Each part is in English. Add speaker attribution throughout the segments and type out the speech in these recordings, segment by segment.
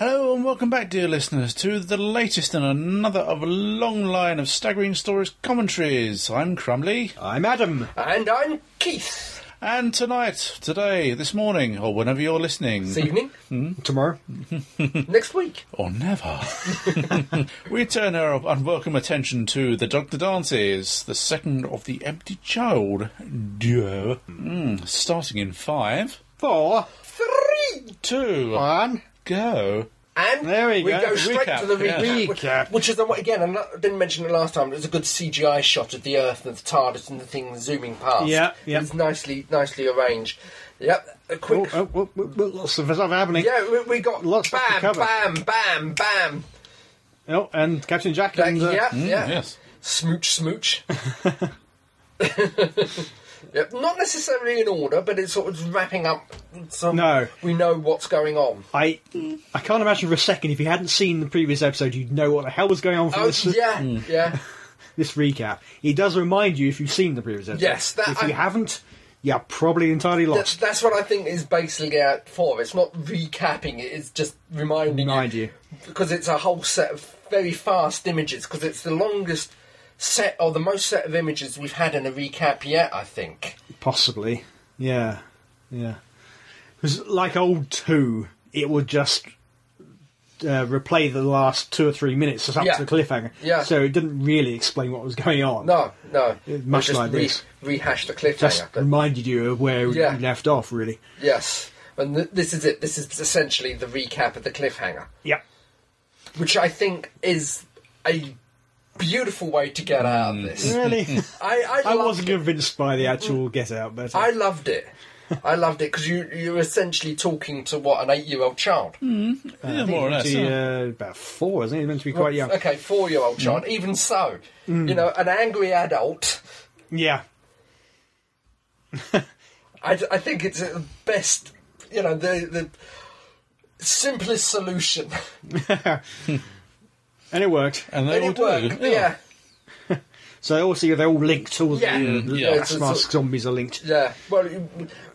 Speaker 1: Welcome back, dear listeners, to the latest in another of a long line of staggering stories commentaries. I'm Crumley,
Speaker 2: I'm Adam.
Speaker 3: And I'm Keith.
Speaker 1: and tonight, today, this morning, or whenever you're listening,
Speaker 3: This evening,
Speaker 2: Tomorrow.
Speaker 3: next week.
Speaker 1: or never, we turn our unwelcome attention to the Doctor Dances, the second of the Empty Child duo, mm, starting in five,
Speaker 2: Four.
Speaker 3: Three!
Speaker 1: two,
Speaker 2: One.
Speaker 1: go.
Speaker 3: And
Speaker 2: There we go.
Speaker 3: go straight
Speaker 1: Recap,
Speaker 3: to the
Speaker 1: yeah.
Speaker 3: recap.
Speaker 2: Recap.
Speaker 3: Which is, the one- again, I'm not- I didn't mention it last time, but it was a good CGI shot of the Earth and the TARDIS and the thing zooming past.
Speaker 2: Yeah, yeah.
Speaker 3: It's nicely, nicely arranged. Yep, a
Speaker 2: Oh,
Speaker 3: quick.
Speaker 2: oh, oh, oh, oh, lots of stuff happening.
Speaker 3: Yeah, we, we got
Speaker 2: Lots to
Speaker 3: bam,
Speaker 2: cover.
Speaker 3: bam, bam, bam.
Speaker 2: Oh, and Captain Jack
Speaker 3: Like,
Speaker 2: and uh,
Speaker 3: yeah,
Speaker 1: Mm,
Speaker 3: yeah.
Speaker 1: Yes.
Speaker 3: Smooch, smooch. yep, not necessarily in order, but it's sort of wrapping up. Some,
Speaker 2: No.
Speaker 3: we know what's going on.
Speaker 2: I. I can't imagine for a second if you hadn't seen the previous episode, you'd know what the hell was going on for
Speaker 3: Oh
Speaker 2: this
Speaker 3: yeah, yeah.
Speaker 2: this recap. It does remind you if you've seen the previous episode.
Speaker 3: Yes, that-
Speaker 2: if you
Speaker 3: I-
Speaker 2: haven't, you're probably entirely
Speaker 3: That's,
Speaker 2: lost.
Speaker 3: that's what I think is basically out for. It's not recapping; it is just reminding
Speaker 2: Remind you.
Speaker 3: because it's a whole set of very fast images. Because it's the longest set or the most set of images we've had in a recap yet. I think.
Speaker 2: Possibly. Yeah. Yeah. Because like old two, it would just uh, replay the last two or three minutes up
Speaker 3: Yeah.
Speaker 2: to the cliffhanger.
Speaker 3: Yeah.
Speaker 2: So it didn't really explain what was going on.
Speaker 3: No, no.
Speaker 2: It- much
Speaker 3: They just
Speaker 2: like this.
Speaker 3: Rehash the
Speaker 2: Just
Speaker 3: cliffhanger. but-
Speaker 2: reminded you of where
Speaker 3: Yeah.
Speaker 2: you left off, really.
Speaker 3: yes, and th- this is it. This is essentially the recap of the cliffhanger,
Speaker 2: Yep.
Speaker 3: which I think is a beautiful way to get out of this.
Speaker 2: Really?
Speaker 3: I, I,
Speaker 2: Mm. I
Speaker 3: loved
Speaker 2: wasn't
Speaker 3: it.
Speaker 2: convinced by the actual get out, but
Speaker 3: I loved it. I loved it because you you're essentially talking to what an eight year old child.
Speaker 2: Mm.
Speaker 1: yeah, more or less.
Speaker 2: He's,
Speaker 1: yeah.
Speaker 2: uh, about four, isn't he? He's meant to be quite young. Mm.
Speaker 3: Okay, four year old child. Even so, you know, an angry adult.
Speaker 2: Yeah.
Speaker 3: I, I think it's the best. You know, the the simplest solution.
Speaker 2: And it worked.
Speaker 1: And they
Speaker 3: And
Speaker 1: all
Speaker 3: it
Speaker 1: do.
Speaker 3: worked. Yeah. yeah,
Speaker 2: So obviously they're all linked. All
Speaker 3: Yeah.
Speaker 2: the, uh,
Speaker 3: Mm,
Speaker 2: the
Speaker 1: yeah.
Speaker 2: gas
Speaker 3: It's a
Speaker 2: mask
Speaker 3: sort-
Speaker 2: zombies are linked.
Speaker 3: Well, you-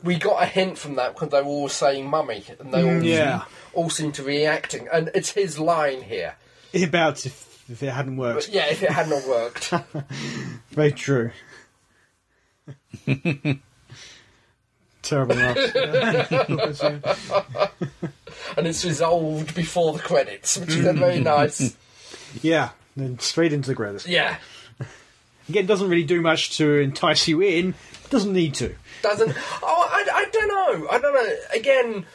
Speaker 3: we got a hint from that because they were all saying "mummy" and they all
Speaker 2: Mm, yeah.
Speaker 3: all seem to be reacting. And it's his line here.
Speaker 2: About if, if it hadn't
Speaker 3: But
Speaker 2: worked.
Speaker 3: yeah, if it had not worked,
Speaker 2: Very true. Terrible laughs.
Speaker 3: and it's resolved before the credits, which is very nice.
Speaker 2: yeah. Then straight into the credits.
Speaker 3: Yeah.
Speaker 2: Again, doesn't really do much to entice you in. Doesn't need to.
Speaker 3: doesn't. Oh, I, I don't know. I don't know. Again,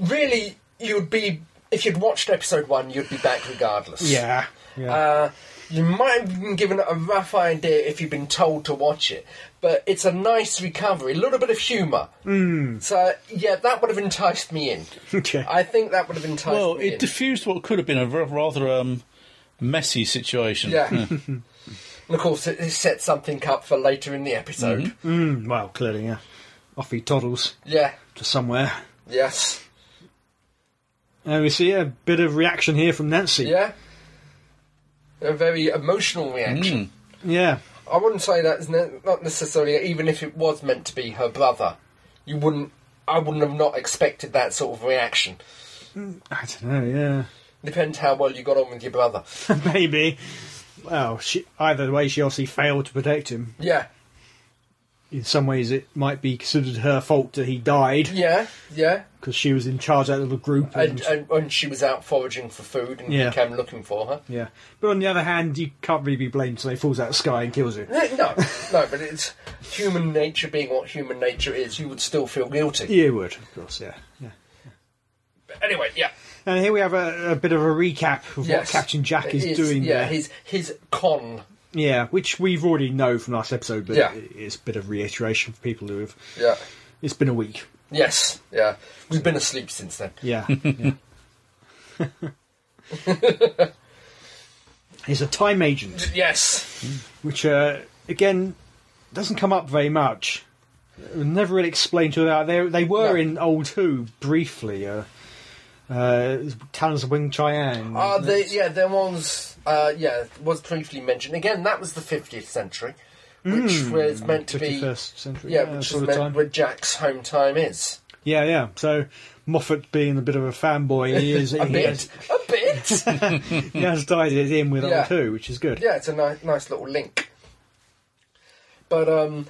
Speaker 3: really, you'd be if you'd watched episode one, you'd be back regardless.
Speaker 2: Yeah. Yeah.
Speaker 3: Uh, you might have been given a rough idea if you've been told to watch it, but it's a nice recovery, a little bit of humour. Mm. So yeah, that would have enticed me in.
Speaker 2: okay.
Speaker 3: I think that would have enticed
Speaker 1: Well,
Speaker 3: me in.
Speaker 1: it diffused what could have been a ra- rather um, messy situation. Hmm.
Speaker 3: yeah. and of course, it, it sets something up for later in the episode.
Speaker 2: Mm, well, clearly, yeah. Off he toddles
Speaker 3: Yeah.
Speaker 2: to somewhere.
Speaker 3: Yes.
Speaker 2: And we see a bit of reaction here from Nancy.
Speaker 3: Yeah. A very emotional reaction.
Speaker 2: Yeah.
Speaker 3: I wouldn't say that's ne- not necessarily. Even if it was meant to be her brother, you wouldn't. I wouldn't have not expected that sort of reaction.
Speaker 2: I don't know,
Speaker 3: Depends how well you got on with your brother.
Speaker 2: yeah. Maybe. Well, she, either way, she obviously failed to protect him.
Speaker 3: Yeah,
Speaker 2: In some ways, it might be considered her fault that he died
Speaker 3: yeah, yeah.
Speaker 2: because she was in charge of that little group.
Speaker 3: And, and when she was out foraging for food, and
Speaker 2: Yeah.
Speaker 3: he came looking for her.
Speaker 2: Yeah, but on the other hand, you can't really be blamed so he falls out of the sky and kills you.
Speaker 3: No, Eh, no, no, but it's human nature being what human nature is. You would still feel guilty.
Speaker 2: Yeah, you would, of course, yeah. yeah.
Speaker 3: But anyway, yeah.
Speaker 2: And here we have a, a bit of a recap of
Speaker 3: Yes.
Speaker 2: what Captain Jack is
Speaker 3: His-
Speaker 2: doing
Speaker 3: Yeah,
Speaker 2: there.
Speaker 3: his his con.
Speaker 2: Yeah, which we've already know from last episode, but
Speaker 3: Yeah.
Speaker 2: it- it's a bit of reiteration for people who have.
Speaker 3: Yeah.
Speaker 2: It's been a week.
Speaker 3: Yes. Yeah. We've been asleep since then.
Speaker 2: Yeah. yeah. He's a time agent,
Speaker 3: Yes.
Speaker 2: which, uh, again, doesn't come up very much. Never really explained to that. They, they were
Speaker 3: No.
Speaker 2: in Old Who briefly. Uh, uh, Talons of Wing Chiang.
Speaker 3: Uh, the, yeah, there was, uh, yeah, was briefly mentioned. Again, that was the 50th century, which was meant to be,
Speaker 2: 51st century.
Speaker 3: yeah, which
Speaker 2: Hmm. sort
Speaker 3: was
Speaker 2: of
Speaker 3: meant
Speaker 2: time.
Speaker 3: where Jack's home time is.
Speaker 2: Yeah, yeah. So Moffat being a bit of a fanboy, he is.
Speaker 3: A
Speaker 2: he,
Speaker 3: bit.
Speaker 2: has,
Speaker 3: A bit.
Speaker 2: he has died it in with
Speaker 3: Yeah.
Speaker 2: yeah. too, which is good.
Speaker 3: yeah, it's a ni- nice little link. But um,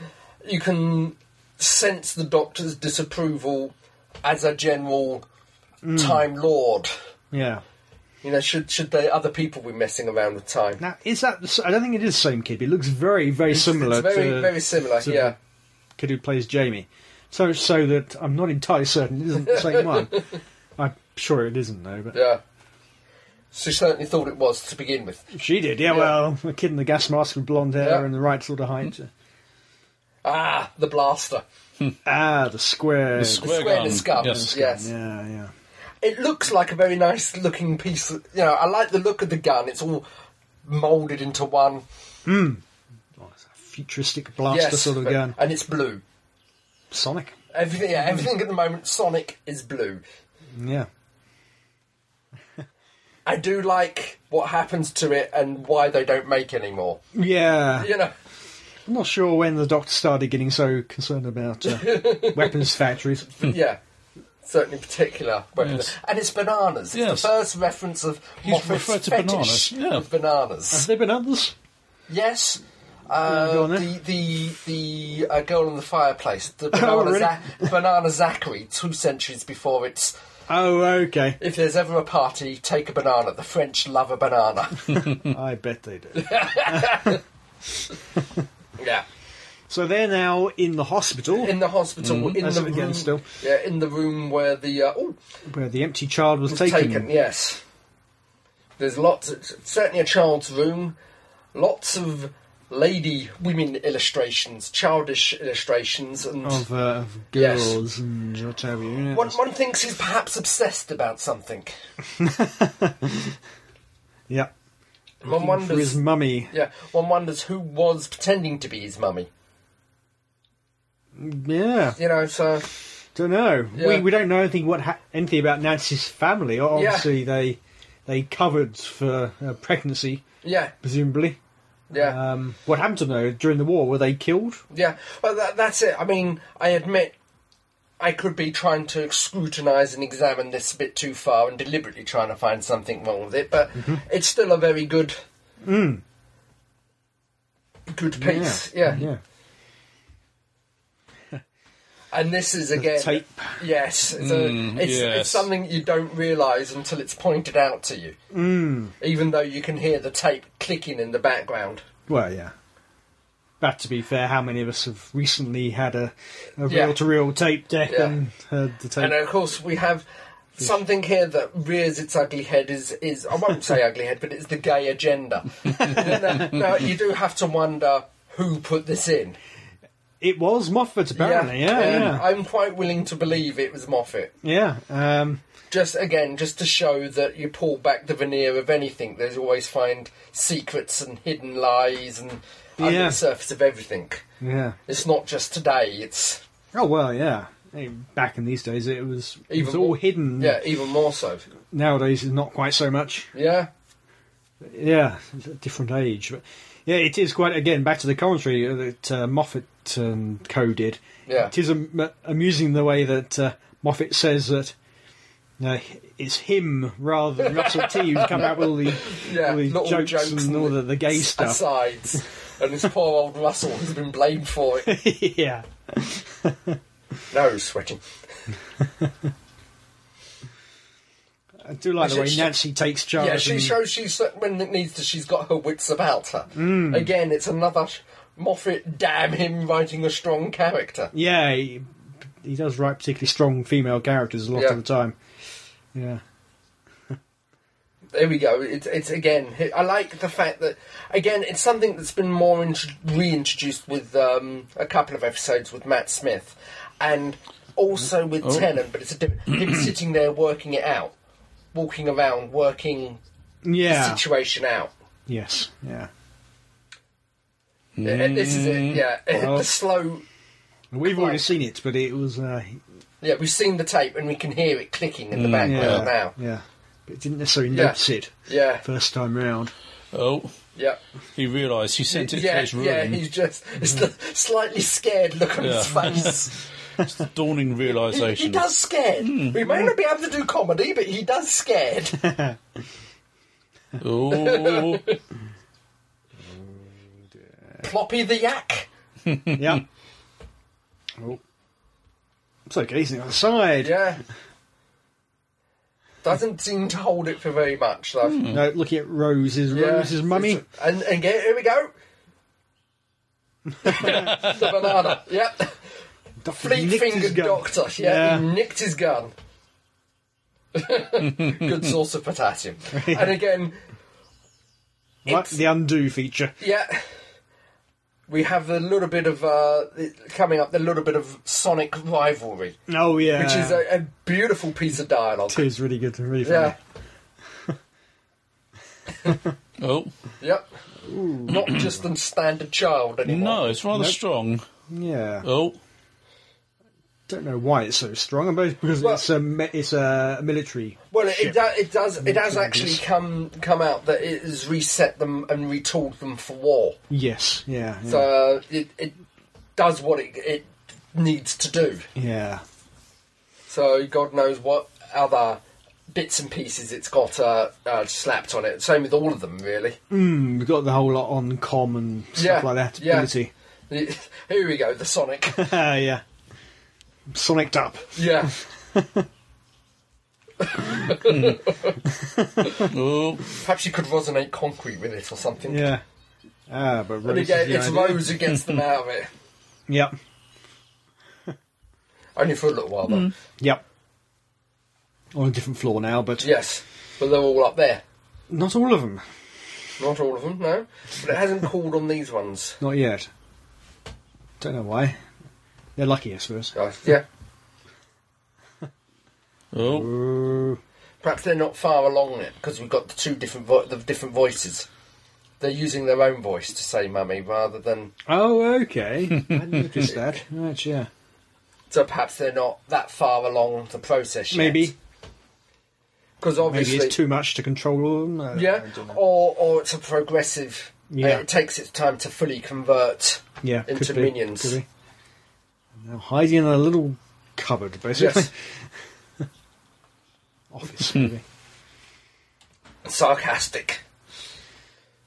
Speaker 3: you can sense the Doctor's disapproval as a general
Speaker 2: Hmm.
Speaker 3: Time Lord.
Speaker 2: Yeah.
Speaker 3: You know, should should the other people be messing around with time?
Speaker 2: Now is that? the s- I don't think it is the same kid. He looks very, very similar.
Speaker 3: It's very
Speaker 2: to,
Speaker 3: very similar.
Speaker 2: to
Speaker 3: yeah,
Speaker 2: the kid who plays Jamie. So much so that I'm not entirely certain it isn't the same one. I'm sure it isn't though. But
Speaker 3: yeah. She certainly thought it was to begin with.
Speaker 2: she did. Yeah,
Speaker 3: Yeah.
Speaker 2: Well, the kid in the gas mask with blonde hair
Speaker 3: Yeah. Mm-hmm.
Speaker 2: and the right sort of height.
Speaker 3: Ah, the blaster,
Speaker 2: Ah, the square.
Speaker 1: The square,
Speaker 3: square
Speaker 1: gun.
Speaker 3: and scum.
Speaker 1: Yes.
Speaker 3: Yes,
Speaker 2: Yeah, yeah.
Speaker 3: it looks like a very nice looking piece. Of, you know, I like the look of the gun. It's all molded into one.
Speaker 2: Oh, it's a futuristic blaster
Speaker 3: yes,
Speaker 2: sort of
Speaker 3: but-
Speaker 2: gun.
Speaker 3: and it's blue.
Speaker 2: Sonic.
Speaker 3: Everything, yeah, everything at the moment, Sonic is blue.
Speaker 2: Yeah.
Speaker 3: I do like what happens to it and why they don't make anymore.
Speaker 2: Yeah.
Speaker 3: You know,
Speaker 2: I'm not sure when the Doctor started getting so concerned about uh, weapons factories.
Speaker 3: yeah. Certainly particular weapons.
Speaker 1: Yes.
Speaker 3: And it's bananas. It's
Speaker 1: Yes.
Speaker 3: the first reference of
Speaker 1: He's
Speaker 3: Moffat's
Speaker 1: referred to
Speaker 3: fetish
Speaker 1: bananas, yeah.
Speaker 3: with bananas.
Speaker 2: Have there been others?
Speaker 3: Yes.
Speaker 2: go
Speaker 3: Uh,
Speaker 2: on
Speaker 3: the the the uh, girl in the fireplace, the banana,
Speaker 2: Oh, really?
Speaker 3: Za- banana Zachary, two centuries before it's.
Speaker 2: Oh, okay.
Speaker 3: If there's ever a party, take a banana. The French love a banana.
Speaker 2: I bet they do.
Speaker 3: yeah.
Speaker 2: So they're now in the hospital
Speaker 3: in the hospital in
Speaker 2: Mm, That's
Speaker 3: the
Speaker 2: it again
Speaker 3: room,
Speaker 2: still.
Speaker 3: yeah in the room where the uh, oh
Speaker 2: where the empty child was,
Speaker 3: was
Speaker 2: taken.
Speaker 3: taken. yes there's lots it's certainly a child's room lots of lady women illustrations childish illustrations and
Speaker 2: Of, uh, of
Speaker 3: Yes.
Speaker 2: girls and what have you. yeah.
Speaker 3: one, one thinks he's perhaps obsessed about something
Speaker 2: Yeah.
Speaker 3: one
Speaker 2: For his
Speaker 3: wonders
Speaker 2: mummy.
Speaker 3: yeah one wonders who was pretending to be his mummy
Speaker 2: Yeah.
Speaker 3: you know so
Speaker 2: Don't know.
Speaker 3: Yeah.
Speaker 2: We, we don't know anything what ha- anything about Nancy's family. Obviously, they they covered for uh, pregnancy,
Speaker 3: yeah
Speaker 2: presumably.
Speaker 3: yeah
Speaker 2: Um, what happened to them though, during the war? Were they killed?
Speaker 3: Yeah, well, that, that's it. I mean, I admit I could be trying to scrutinise and examine this a bit too far and deliberately trying to find something wrong with it, but
Speaker 2: Mm-hmm.
Speaker 3: it's still a very good, good piece. Yeah.
Speaker 2: Mm. Yeah. Mm-hmm.
Speaker 3: and this is again,
Speaker 2: tape.
Speaker 3: yes, it's, a, it's, it's
Speaker 1: yes.
Speaker 3: something you don't realise until it's pointed out to you, mm. even though you can hear the tape clicking in the background.
Speaker 2: Well, yeah. But to be fair, how many of us have recently had a, a
Speaker 3: Yeah.
Speaker 2: reel-to-reel tape deck
Speaker 3: Yeah.
Speaker 2: and heard the tape?
Speaker 3: And uh, of course, we have something here that rears its ugly head. Is is I won't say ugly head, but it's the gay agenda. now, now, you do have to wonder who put this in.
Speaker 2: It was Moffat, apparently. Yeah,
Speaker 3: um,
Speaker 2: yeah,
Speaker 3: I'm quite willing to believe it was Moffat.
Speaker 2: yeah. Um,
Speaker 3: Just again, just to show that you pull back the veneer of anything. There's always find secrets and hidden lies and under
Speaker 2: Yeah.
Speaker 3: the surface of everything.
Speaker 2: yeah.
Speaker 3: It's not just today. It's
Speaker 2: Oh well, yeah. Hey, Back in these days, it was it
Speaker 3: Even
Speaker 2: was all
Speaker 3: more-
Speaker 2: hidden.
Speaker 3: yeah, even more so.
Speaker 2: Nowadays, it's not quite so much.
Speaker 3: Yeah,
Speaker 2: Yeah, it's a different age. But yeah, it is quite again back to the commentary uh, that uh, Moffat um, co did.
Speaker 3: Yeah.
Speaker 2: it is am- uh, amusing the way that uh, Moffat says that. Uh, it's him rather than Russell T who's come out with all the,
Speaker 3: yeah,
Speaker 2: all the
Speaker 3: little
Speaker 2: jokes, and all the, the gay
Speaker 3: s-
Speaker 2: stuff.
Speaker 3: Asides. and this poor old Russell has been blamed for it.
Speaker 2: yeah,
Speaker 3: No he's sweating.
Speaker 2: I do like the
Speaker 3: She-
Speaker 2: way
Speaker 3: she-
Speaker 2: Nancy takes charge.
Speaker 3: yeah, she
Speaker 2: and-
Speaker 3: shows she's uh, when it needs to. She's got her wits about her. Again, it's another sh- Moffat. Damn him, writing a strong character.
Speaker 2: Yeah, he, he does write particularly strong female characters a lot
Speaker 3: Yeah.
Speaker 2: of the time. Yeah,
Speaker 3: There we go. It's it's again. I like the fact that again it's something that's been more int- reintroduced with um, a couple of episodes with Matt Smith, and also with Tennant. But it's a diff- him sitting there working it out, walking around, working
Speaker 2: yeah,
Speaker 3: situation out.
Speaker 2: yes, yeah.
Speaker 3: Yeah, This is it. Yeah,
Speaker 2: Mm-hmm. Well-
Speaker 3: the slow.
Speaker 2: We've already
Speaker 3: Right.
Speaker 2: seen it, but it was uh,
Speaker 3: Yeah, we've seen the tape and we can hear it clicking in the
Speaker 2: Mm,
Speaker 3: background
Speaker 2: yeah,
Speaker 3: now.
Speaker 2: yeah. But didn't necessarily
Speaker 3: Yeah.
Speaker 2: notice it
Speaker 3: Yeah,
Speaker 2: first time round.
Speaker 1: Oh,
Speaker 3: yeah,
Speaker 1: he realised he sent it to
Speaker 3: yeah,
Speaker 1: his room.
Speaker 3: yeah. He's just it's the slightly scared look on his
Speaker 1: Yeah.
Speaker 3: face.
Speaker 1: It's the dawning
Speaker 3: He, he
Speaker 1: realization.
Speaker 3: does scared. We may not be able to do comedy, but he does scared.
Speaker 1: Oh,
Speaker 3: Ploppy the yak.
Speaker 2: yeah. Oh. It's okay, he's on the other side.
Speaker 3: Yeah. Doesn't seem to hold it for very much, though.
Speaker 2: No, looking at Rose is
Speaker 3: Yeah.
Speaker 2: Rose's mummy.
Speaker 3: It's- And, and get, here we go. the banana. Yep.
Speaker 2: Doctor
Speaker 3: Fleet
Speaker 2: nicked his
Speaker 3: fingered
Speaker 2: gun.
Speaker 3: doctor. Yeah,
Speaker 2: Yeah.
Speaker 3: He nicked his gun. Good source of potassium. And again,
Speaker 2: Like the undo feature.
Speaker 3: yeah. We have a little bit of uh, coming up. A little bit of sonic rivalry,
Speaker 2: Oh yeah,
Speaker 3: which is a, a beautiful piece of dialogue.
Speaker 2: it is really good, really funny.
Speaker 3: Yeah.
Speaker 1: oh,
Speaker 3: Yep. Not just the standard child
Speaker 1: no,
Speaker 3: anymore.
Speaker 1: it's rather strong.
Speaker 2: Yeah,
Speaker 1: Oh,
Speaker 2: don't know why it's so strong. I suppose because
Speaker 3: Well-
Speaker 2: it's a mi- it's a military.
Speaker 3: Well, it, it, do, it does. It has actually come come out that it has reset them and retooled them for war.
Speaker 2: Yes, yeah, yeah.
Speaker 3: So uh, it, it does what it, it needs to do.
Speaker 2: yeah.
Speaker 3: So God knows what other bits and pieces it's got uh, uh, slapped on it. Same with all of them, really.
Speaker 2: Mm, we've got the whole lot on com and
Speaker 3: Yeah,
Speaker 2: stuff like that.
Speaker 3: yeah.
Speaker 2: Ability.
Speaker 3: Here we go, the Sonic.
Speaker 2: Ah, yeah. Sonicked up.
Speaker 3: yeah.
Speaker 1: oh,
Speaker 3: Perhaps you could resonate concrete with it or something.
Speaker 2: Yeah. Ah, but Rose.
Speaker 3: But again,
Speaker 2: is the
Speaker 3: it's
Speaker 2: idea.
Speaker 3: Rose who gets them out of it.
Speaker 2: Yep.
Speaker 3: Only for a little while, though.
Speaker 2: Yep. On a different floor now, but
Speaker 3: Yes. But they're all up there.
Speaker 2: not all of them.
Speaker 3: Not all of them, no. But it hasn't called on these ones.
Speaker 2: Not yet. Don't know why. They're lucky, I suppose.
Speaker 3: Guys, Uh, yeah.
Speaker 1: oh,
Speaker 2: Ooh.
Speaker 3: Perhaps they're not far along it because we've got the two different vo- the different voices. They're using their own voice to say "mummy" rather than
Speaker 2: Oh, okay. I didn't notice that. Right, yeah.
Speaker 3: so. Perhaps they're not that far along the process. Yet.
Speaker 2: Maybe.
Speaker 3: because
Speaker 2: Maybe
Speaker 3: obviously,
Speaker 2: it's too much to control all of them. I-
Speaker 3: yeah,
Speaker 2: I don't know.
Speaker 3: or or it's a progressive. uh,
Speaker 2: Yeah.
Speaker 3: it takes its time to fully convert.
Speaker 2: yeah, could
Speaker 3: into
Speaker 2: be,
Speaker 3: minions.
Speaker 2: could be. Now hiding in a little cupboard, basically.
Speaker 3: Yes,
Speaker 2: Office, maybe.
Speaker 3: sarcastic.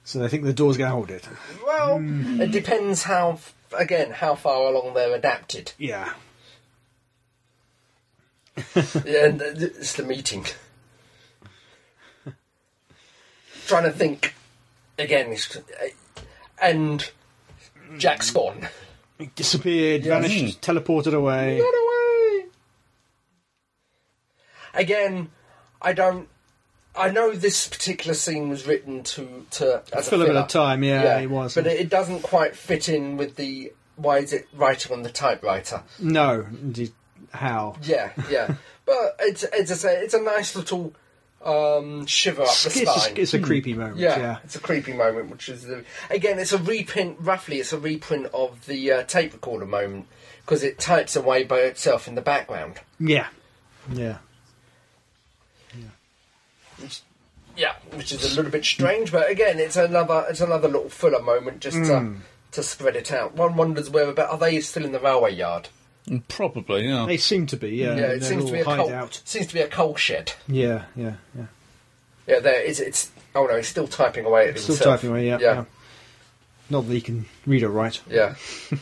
Speaker 2: so they think the door's going to hold it.
Speaker 3: Well,
Speaker 2: Mm.
Speaker 3: it depends how f- again how far along they're adapted,
Speaker 2: Yeah.
Speaker 3: Yeah, and th- th- it's the meeting. Trying to think again, it's- and Jack's gone.
Speaker 2: It disappeared,
Speaker 3: Yeah.
Speaker 2: vanished, teleported away.
Speaker 3: Run away. Again, I don't. I know this particular scene was written to to as
Speaker 2: Fill a
Speaker 3: filler,
Speaker 2: bit of time, yeah, it was.
Speaker 3: but it, it doesn't quite fit in with the why is it writing on the typewriter?
Speaker 2: No, indeed. How?
Speaker 3: Yeah, yeah, but it's it's a it's a nice little um, shiver up the
Speaker 2: It's,
Speaker 3: spine.
Speaker 2: it's a creepy moment,
Speaker 3: yeah,
Speaker 2: yeah.
Speaker 3: it's a creepy moment, which is the, again, it's a reprint. Roughly, it's a reprint of the uh, tape recorder moment because it types away by itself in the background.
Speaker 2: Yeah. Yeah.
Speaker 3: Yeah, which is a little bit strange, but again, it's another it's another little filler moment just
Speaker 2: Hmm.
Speaker 3: to to spread it out. One wonders where about are they still in the railway yard?
Speaker 1: probably yeah.
Speaker 2: They seem to be, yeah.
Speaker 3: Yeah,
Speaker 2: in
Speaker 3: it
Speaker 2: their
Speaker 3: seems to be a
Speaker 2: little
Speaker 3: coal
Speaker 2: hideout.
Speaker 3: seems to be a coal shed.
Speaker 2: Yeah, yeah, yeah.
Speaker 3: Yeah, there it's it's oh no, it's still typing away at
Speaker 2: Still
Speaker 3: himself.
Speaker 2: typing away, yeah,
Speaker 3: yeah,
Speaker 2: yeah. Not that he can read or write.
Speaker 3: yeah.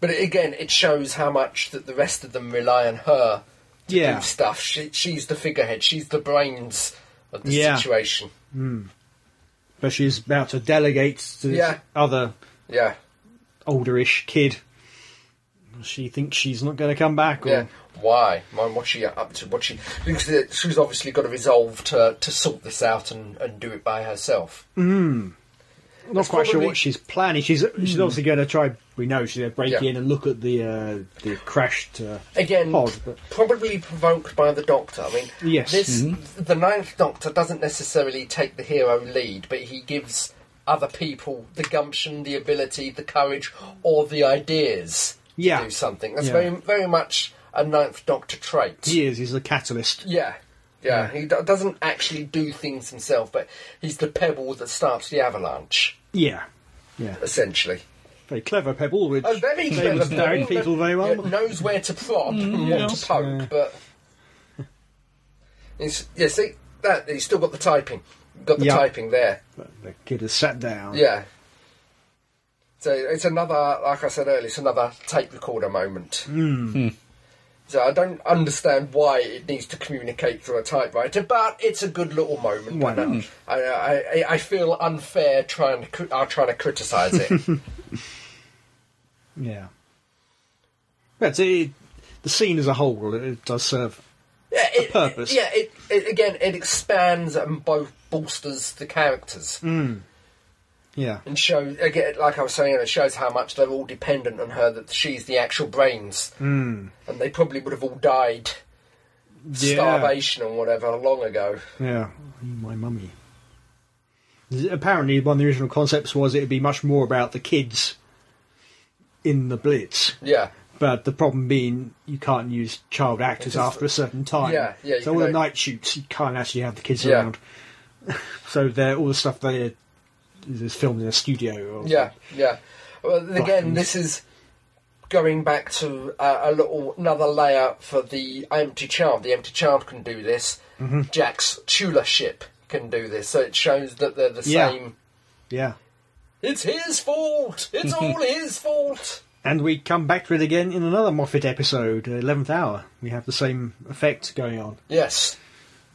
Speaker 3: but it- again, it shows how much that the rest of them rely on her to
Speaker 2: Yeah.
Speaker 3: do stuff. She, she's the figurehead. She's the brains of the
Speaker 2: Yeah.
Speaker 3: situation.
Speaker 2: But she's about to delegate to this
Speaker 3: Yeah.
Speaker 2: other
Speaker 3: Yeah,
Speaker 2: olderish kid. She thinks she's not going to come back. Or,
Speaker 3: yeah. Why? Mind what's she up to? What she? Because uh, she's obviously got to resolve to to sort this out and, and do it by herself.
Speaker 2: Mm. I'm not quite sure
Speaker 3: probably- Hmm.
Speaker 2: what she's planning. She's she's obviously going to try. We know she's going to break
Speaker 3: Yeah.
Speaker 2: in and look at the uh, the crashed. Uh,
Speaker 3: Again,
Speaker 2: Pod, but-
Speaker 3: probably provoked by the Doctor. I mean,
Speaker 2: Yes. Mm-hmm.
Speaker 3: this the Ninth Doctor doesn't necessarily take the hero lead, but he gives other people the gumption, the ability, the courage, or the ideas
Speaker 2: Yeah.
Speaker 3: to do something. That's
Speaker 2: Yeah.
Speaker 3: very very much a Ninth Doctor trait.
Speaker 2: he is. He's the catalyst.
Speaker 3: Yeah. Yeah, he do- doesn't actually do things himself, but he's the pebble that starts the avalanche,
Speaker 2: Yeah. Yeah.
Speaker 3: essentially.
Speaker 2: Very clever Pebble, which
Speaker 3: Oh, very
Speaker 2: famous
Speaker 3: clever.
Speaker 2: daring people very well. Mm,
Speaker 3: Yeah, knows where to prod and what
Speaker 2: yes.
Speaker 3: to poke,
Speaker 2: Yeah.
Speaker 3: but it's, yeah, see that he's still got the typing, got the
Speaker 2: Yeah.
Speaker 3: typing there.
Speaker 2: But the kid has sat down.
Speaker 3: Yeah. So it's another, like I said earlier, it's another tape recorder moment.
Speaker 2: Hmm.
Speaker 3: Hmm. So I don't understand why it needs to communicate through a typewriter, but it's a good little moment.
Speaker 2: Why
Speaker 3: and, uh,
Speaker 2: not?
Speaker 3: I, I, I feel unfair trying to cri- uh, trying to criticise it.
Speaker 2: Yeah. But it, the scene as a whole, it, it does serve.
Speaker 3: yeah, it,
Speaker 2: purpose.
Speaker 3: Yeah, it, it again it expands and both bolsters the characters
Speaker 2: Mm. Yeah.
Speaker 3: and shows again, like I was saying, it shows how much they're all dependent on her. That she's the actual brains,
Speaker 2: Mm.
Speaker 3: and they probably would have all died
Speaker 2: Yeah.
Speaker 3: starvation and whatever long ago.
Speaker 2: Yeah. My mummy. Apparently, one of the original concepts was it would be much more about the kids in the Blitz.
Speaker 3: Yeah,
Speaker 2: But the problem being, you can't use child actors
Speaker 3: Because-
Speaker 2: after a certain time.
Speaker 3: Yeah, yeah, you
Speaker 2: So all the
Speaker 3: can-
Speaker 2: night shoots, you can't actually have the kids
Speaker 3: Yeah.
Speaker 2: around. so they're all the stuff they is filmed in a studio. Or,
Speaker 3: yeah, yeah. Well, again,
Speaker 2: Buttons.
Speaker 3: this is going back to uh, a little another layer for the empty child. The empty child can do this. Jack's Tula ship can do this. So it shows that they're the
Speaker 2: Yeah.
Speaker 3: same.
Speaker 2: Yeah.
Speaker 3: It's his fault. It's all his fault.
Speaker 2: And we come back to it again in another Moffat episode, uh, 11th Hour. We have the same effect going on
Speaker 3: Yes.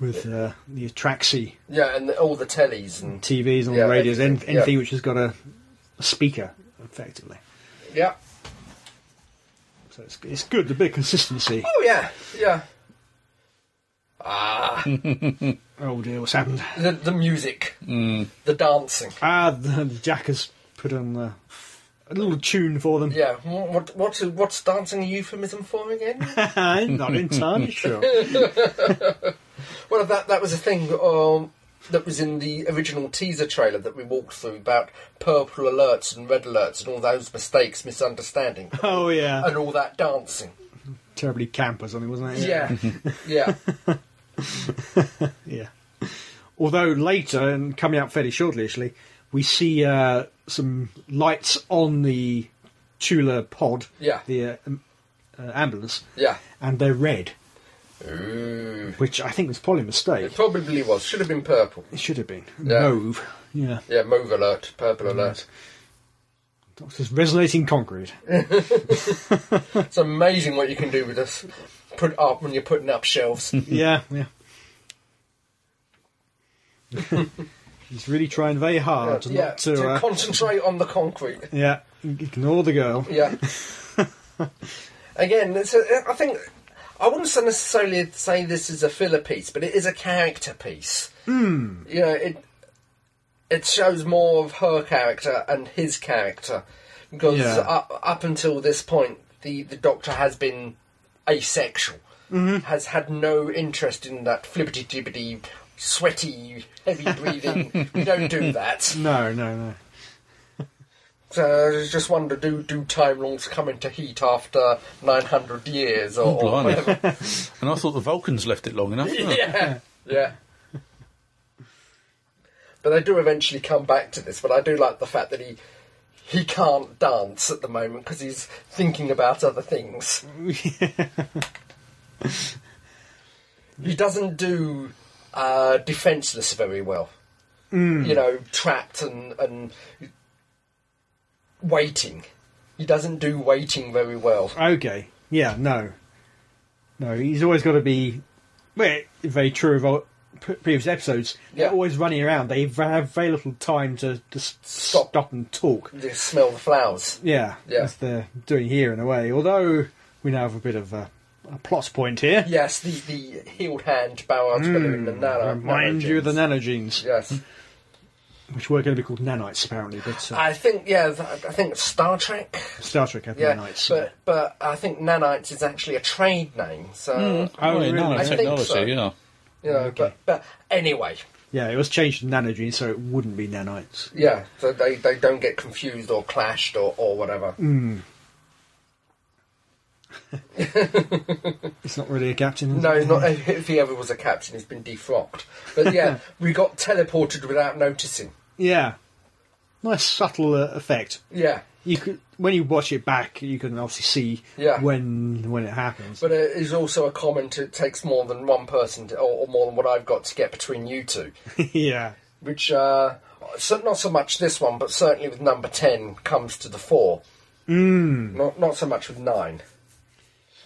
Speaker 2: with uh, the Atraxi
Speaker 3: Yeah, and all the tellies and
Speaker 2: TVs and
Speaker 3: Yeah,
Speaker 2: the radios, an-
Speaker 3: everything, yeah.
Speaker 2: anything which has got a, a speaker, effectively.
Speaker 3: yeah.
Speaker 2: So it's, it's good, a bit of consistency.
Speaker 3: Oh yeah, yeah. Ah,
Speaker 2: Oh dear, what's happened?
Speaker 3: the the music, the dancing.
Speaker 2: Ah, the, the Jack has put on uh, a little tune for them.
Speaker 3: Yeah, what, what what's what's dancing a euphemism for again?
Speaker 2: I'm not entirely sure.
Speaker 3: well, that that was a thing um, that was in the original teaser trailer that we walked through about purple alerts and red alerts and all those mistakes, misunderstanding,
Speaker 2: Oh yeah,
Speaker 3: and all that dancing.
Speaker 2: terribly camp or something, wasn't it?
Speaker 3: Yeah, yeah,
Speaker 2: Yeah. Although later, and coming up fairly shortly, actually, we see uh, some lights on the Tula pod,
Speaker 3: Yeah.
Speaker 2: the uh, um, uh, ambulance,
Speaker 3: yeah.
Speaker 2: and they're red,
Speaker 3: Ooh.
Speaker 2: which I think was probably a mistake.
Speaker 3: It probably was. Should have been purple.
Speaker 2: It should have been
Speaker 3: Yeah.
Speaker 2: mauve. Yeah.
Speaker 3: Yeah, mauve alert,
Speaker 2: Mm.
Speaker 3: purple alert.
Speaker 2: Doctor's resonating concrete.
Speaker 3: It's amazing what you can do with this. Put up when you're putting up shelves.
Speaker 2: yeah, yeah. He's really trying very hard
Speaker 3: yeah,
Speaker 2: not to.
Speaker 3: to
Speaker 2: uh,
Speaker 3: concentrate on the concrete.
Speaker 2: yeah, ignore the girl.
Speaker 3: Yeah. Again, it's a, I think I wouldn't so necessarily say this is a filler piece, but it is a character piece. Mm. You know, it it shows more of her character and his character because
Speaker 2: Yeah.
Speaker 3: up, up until this point, the the Doctor has been asexual, has had no interest in that flippity jibbity, sweaty, heavy breathing. we don't do that.
Speaker 2: No, no, no.
Speaker 3: So I was uh, just wonder, do do Time Lords come into heat after 900 years or, or
Speaker 1: blimey.
Speaker 3: whatever?
Speaker 1: And I thought the Vulcans left it long enough. didn't they?
Speaker 3: yeah, yeah. But they do eventually come back to this. But I do like the fact that he he can't dance at the moment because he's thinking about other things. he doesn't do uh, defenseless very well. You know, trapped and and waiting. He doesn't do waiting very well.
Speaker 2: Okay. Yeah. No. No. He's always got to be. Well, very true of all pre- previous episodes. They're
Speaker 3: Yeah.
Speaker 2: always running around. They v- have very little time to just
Speaker 3: Stop.
Speaker 2: stop, and talk.
Speaker 3: They smell the flowers.
Speaker 2: Yeah.
Speaker 3: Yeah.
Speaker 2: As they're doing here in a way. Although we now have a bit of a, a plot point here.
Speaker 3: Yes, the, the healed hand, Ballard's balloon, and nano.
Speaker 2: Remind Hmm, Um, you of the nanogenes,
Speaker 3: Yes,
Speaker 2: which were going to be called nanites apparently, but uh,
Speaker 3: I think yeah, th- I think Star Trek.
Speaker 2: Star Trek had
Speaker 3: Yeah,
Speaker 2: nanites.
Speaker 3: but but I think nanites is actually a trade name. So
Speaker 2: Oh,
Speaker 1: yeah,
Speaker 2: really?
Speaker 1: no,
Speaker 2: I
Speaker 3: think
Speaker 1: technology,
Speaker 3: so.
Speaker 1: yeah.
Speaker 3: you know, but but anyway,
Speaker 2: yeah, it was changed to nanogenes, so it wouldn't be nanites.
Speaker 3: yeah. So they, they don't get confused or clashed or or whatever.
Speaker 2: Hmm. It's not really a captain. Is
Speaker 3: No,
Speaker 2: it?
Speaker 3: he's not. If he ever was a captain, he's been defrocked. But yeah, we got teleported without noticing.
Speaker 2: Yeah. Nice subtle uh, effect.
Speaker 3: Yeah,
Speaker 2: you could when you watch it back, you can obviously see
Speaker 3: Yeah.
Speaker 2: when when it happens.
Speaker 3: But it is also a comment. It takes more than one person, to, or, or more than what I've got to get between you two.
Speaker 2: yeah,
Speaker 3: Which, uh, so, not so much this one, but certainly with number ten comes to the fore. Mm. Not not so much with nine.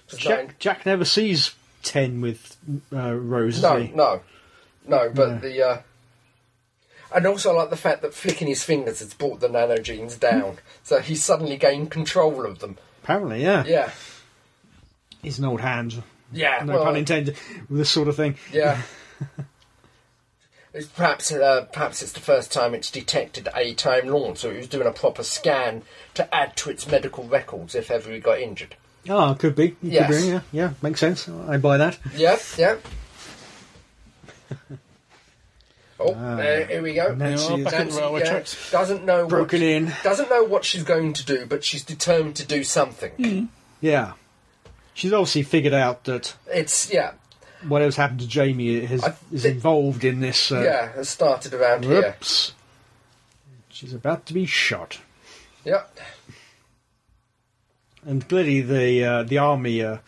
Speaker 3: 'Cause nine-
Speaker 2: Jack, Jack never sees ten with uh, Rose.
Speaker 3: No,
Speaker 2: does he?
Speaker 3: no, no. But the uh, and also I like the fact that flicking his fingers has brought the nanogenes down, so he's suddenly gained control of them.
Speaker 2: apparently, yeah.
Speaker 3: Yeah,
Speaker 2: he's an old hand.
Speaker 3: yeah.
Speaker 2: No
Speaker 3: well,
Speaker 2: pun intended. With this sort of thing.
Speaker 3: Yeah. It's perhaps uh, perhaps it's the first time it's detected a time launch, so it was doing a proper scan to add to its medical records if ever he got injured.
Speaker 2: Oh, could be. Could
Speaker 3: Yes.
Speaker 2: be, yeah, yeah, makes sense. I buy that.
Speaker 3: Yep, yep. Oh, there, here we go.
Speaker 2: Nancy
Speaker 1: Yeah,
Speaker 2: is-
Speaker 1: back at the railway
Speaker 3: yeah,
Speaker 1: tracks.
Speaker 3: doesn't know what
Speaker 2: Broken
Speaker 3: she-
Speaker 2: in.
Speaker 3: Doesn't know what she's going to do, but she's determined to do something.
Speaker 2: Yeah. She's obviously figured out that
Speaker 3: It's yeah,
Speaker 2: whatever's happened to Jamie has,
Speaker 3: I
Speaker 2: is
Speaker 3: thi-
Speaker 2: involved in this. Uh,
Speaker 3: yeah. It started around here.
Speaker 2: Whoops. She's about to be shot.
Speaker 3: Yep.
Speaker 2: And clearly the uh, the army are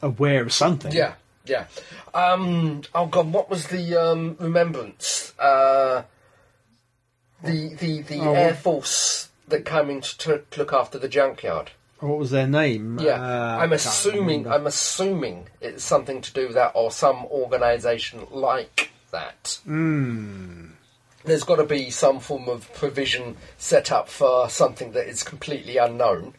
Speaker 2: aware of something.
Speaker 3: Yeah, yeah. Um, oh god, what was the um, remembrance? Uh, the the the
Speaker 2: Oh,
Speaker 3: air
Speaker 2: what-
Speaker 3: force that came in to, to look after the junkyard.
Speaker 2: Or what was their name?
Speaker 3: Yeah,
Speaker 2: Uh, I
Speaker 3: I'm
Speaker 2: can't
Speaker 3: assuming
Speaker 2: remember.
Speaker 3: I'm assuming it's something to do with that or some organisation like that.
Speaker 2: Hmm.
Speaker 3: There's got to be some form of provision set up for something that is completely unknown.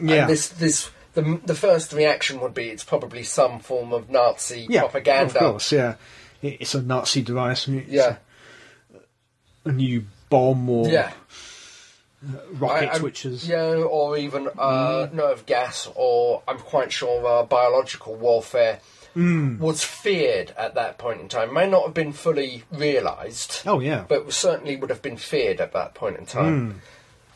Speaker 2: Yeah.
Speaker 3: And this this the the first reaction would be it's probably some form of Nazi
Speaker 2: yeah,
Speaker 3: propaganda.
Speaker 2: Of course, yeah. It- It's a Nazi device. and It's
Speaker 3: Yeah,
Speaker 2: A new bomb or
Speaker 3: yeah.
Speaker 2: rockets,
Speaker 3: I'm-
Speaker 2: which is.
Speaker 3: yeah, or even uh,
Speaker 2: Mm.
Speaker 3: nerve gas, or I'm quite sure uh, biological warfare
Speaker 2: Mm.
Speaker 3: was feared at that point in time. May not have been fully realised,
Speaker 2: Oh, yeah.
Speaker 3: but certainly would have been feared at that point in
Speaker 2: Mm.
Speaker 3: time.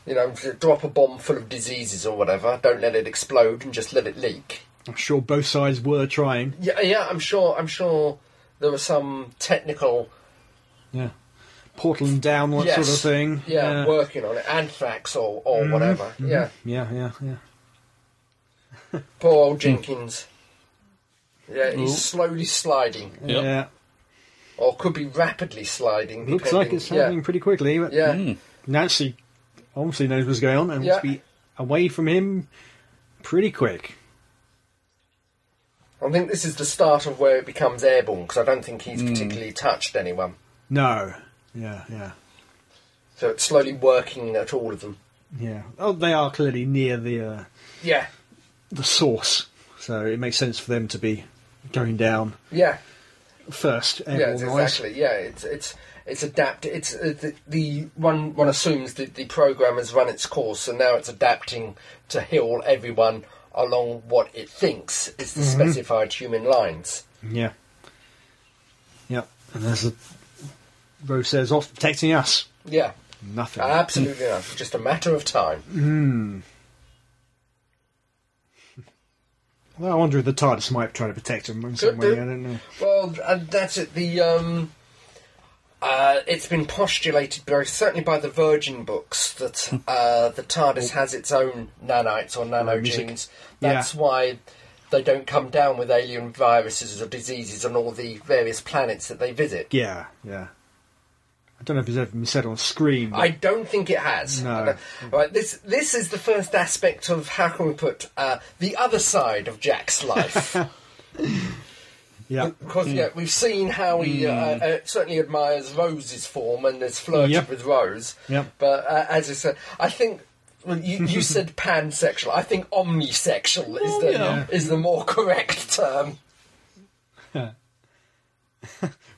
Speaker 3: You know, d- drop a bomb full of diseases or whatever. Don't let it explode and just let it leak.
Speaker 2: I'm sure both sides were trying.
Speaker 3: Yeah, yeah. I'm sure. I'm sure there were some technical
Speaker 2: Yeah. Portland down, that sort of
Speaker 3: Yes.
Speaker 2: thing. Mm-hmm.
Speaker 3: yeah, working on it, anthrax or or whatever. Yeah.
Speaker 2: yeah, yeah, yeah.
Speaker 3: Poor
Speaker 2: Mm.
Speaker 3: old Jenkins. Yeah, he's slowly sliding,
Speaker 1: Yep.
Speaker 2: Yeah.
Speaker 3: or could be rapidly sliding.
Speaker 2: Looks
Speaker 3: depending-
Speaker 2: like it's happening pretty quickly, but
Speaker 3: Yeah, yeah,
Speaker 2: Nancy obviously knows what's going on and wants to
Speaker 3: Yeah.
Speaker 2: be away from him pretty quick.
Speaker 3: I think this is the start of where it becomes airborne because I don't think he's particularly touched anyone.
Speaker 2: No. Yeah, yeah.
Speaker 3: So it's slowly working at all of them.
Speaker 2: Yeah. Oh, they are clearly near the uh,
Speaker 3: Yeah,
Speaker 2: the source, so it makes sense for them to be going down
Speaker 3: yeah,
Speaker 2: first.
Speaker 3: yeah,
Speaker 2: airborne
Speaker 3: it's
Speaker 2: wise.
Speaker 3: exactly. Yeah, it's it's it's adapted. It's uh, the, the one one assumes that the program has run its course, and now it's adapting to heal everyone along what it thinks is the specified human lines.
Speaker 2: Yeah. Yeah. And there's a Rose says off protecting us.
Speaker 3: Yeah.
Speaker 2: Nothing.
Speaker 3: Absolutely not. It's just a matter of time.
Speaker 2: Well, I wonder if the TARDIS might try to protect him in some
Speaker 3: Could
Speaker 2: way.
Speaker 3: do.
Speaker 2: I don't know.
Speaker 3: Well, th- and that's it. The um, uh, it's been postulated by, certainly by the Virgin books that
Speaker 2: Hmm.
Speaker 3: uh, the TARDIS has its own nanites or nanogenes. That's
Speaker 2: Oh. Yeah.
Speaker 3: why they don't come down with alien viruses or diseases on all the various planets that they visit.
Speaker 2: Yeah, yeah. I don't know if it's ever been said on screen. but-
Speaker 3: I don't think it has.
Speaker 2: No.
Speaker 3: I don't- Right, this this is the first aspect of how can we put uh, the other side of Jack's life.
Speaker 2: yeah,
Speaker 3: Because yeah, we've seen how he uh, uh, certainly admires Rose's form and has flirted
Speaker 2: Hmm. Yep.
Speaker 3: with Rose.
Speaker 2: Yep.
Speaker 3: But uh, as I said, I think well, you, you said pansexual. I think omnisexual is the
Speaker 1: yeah.
Speaker 3: is the more correct term.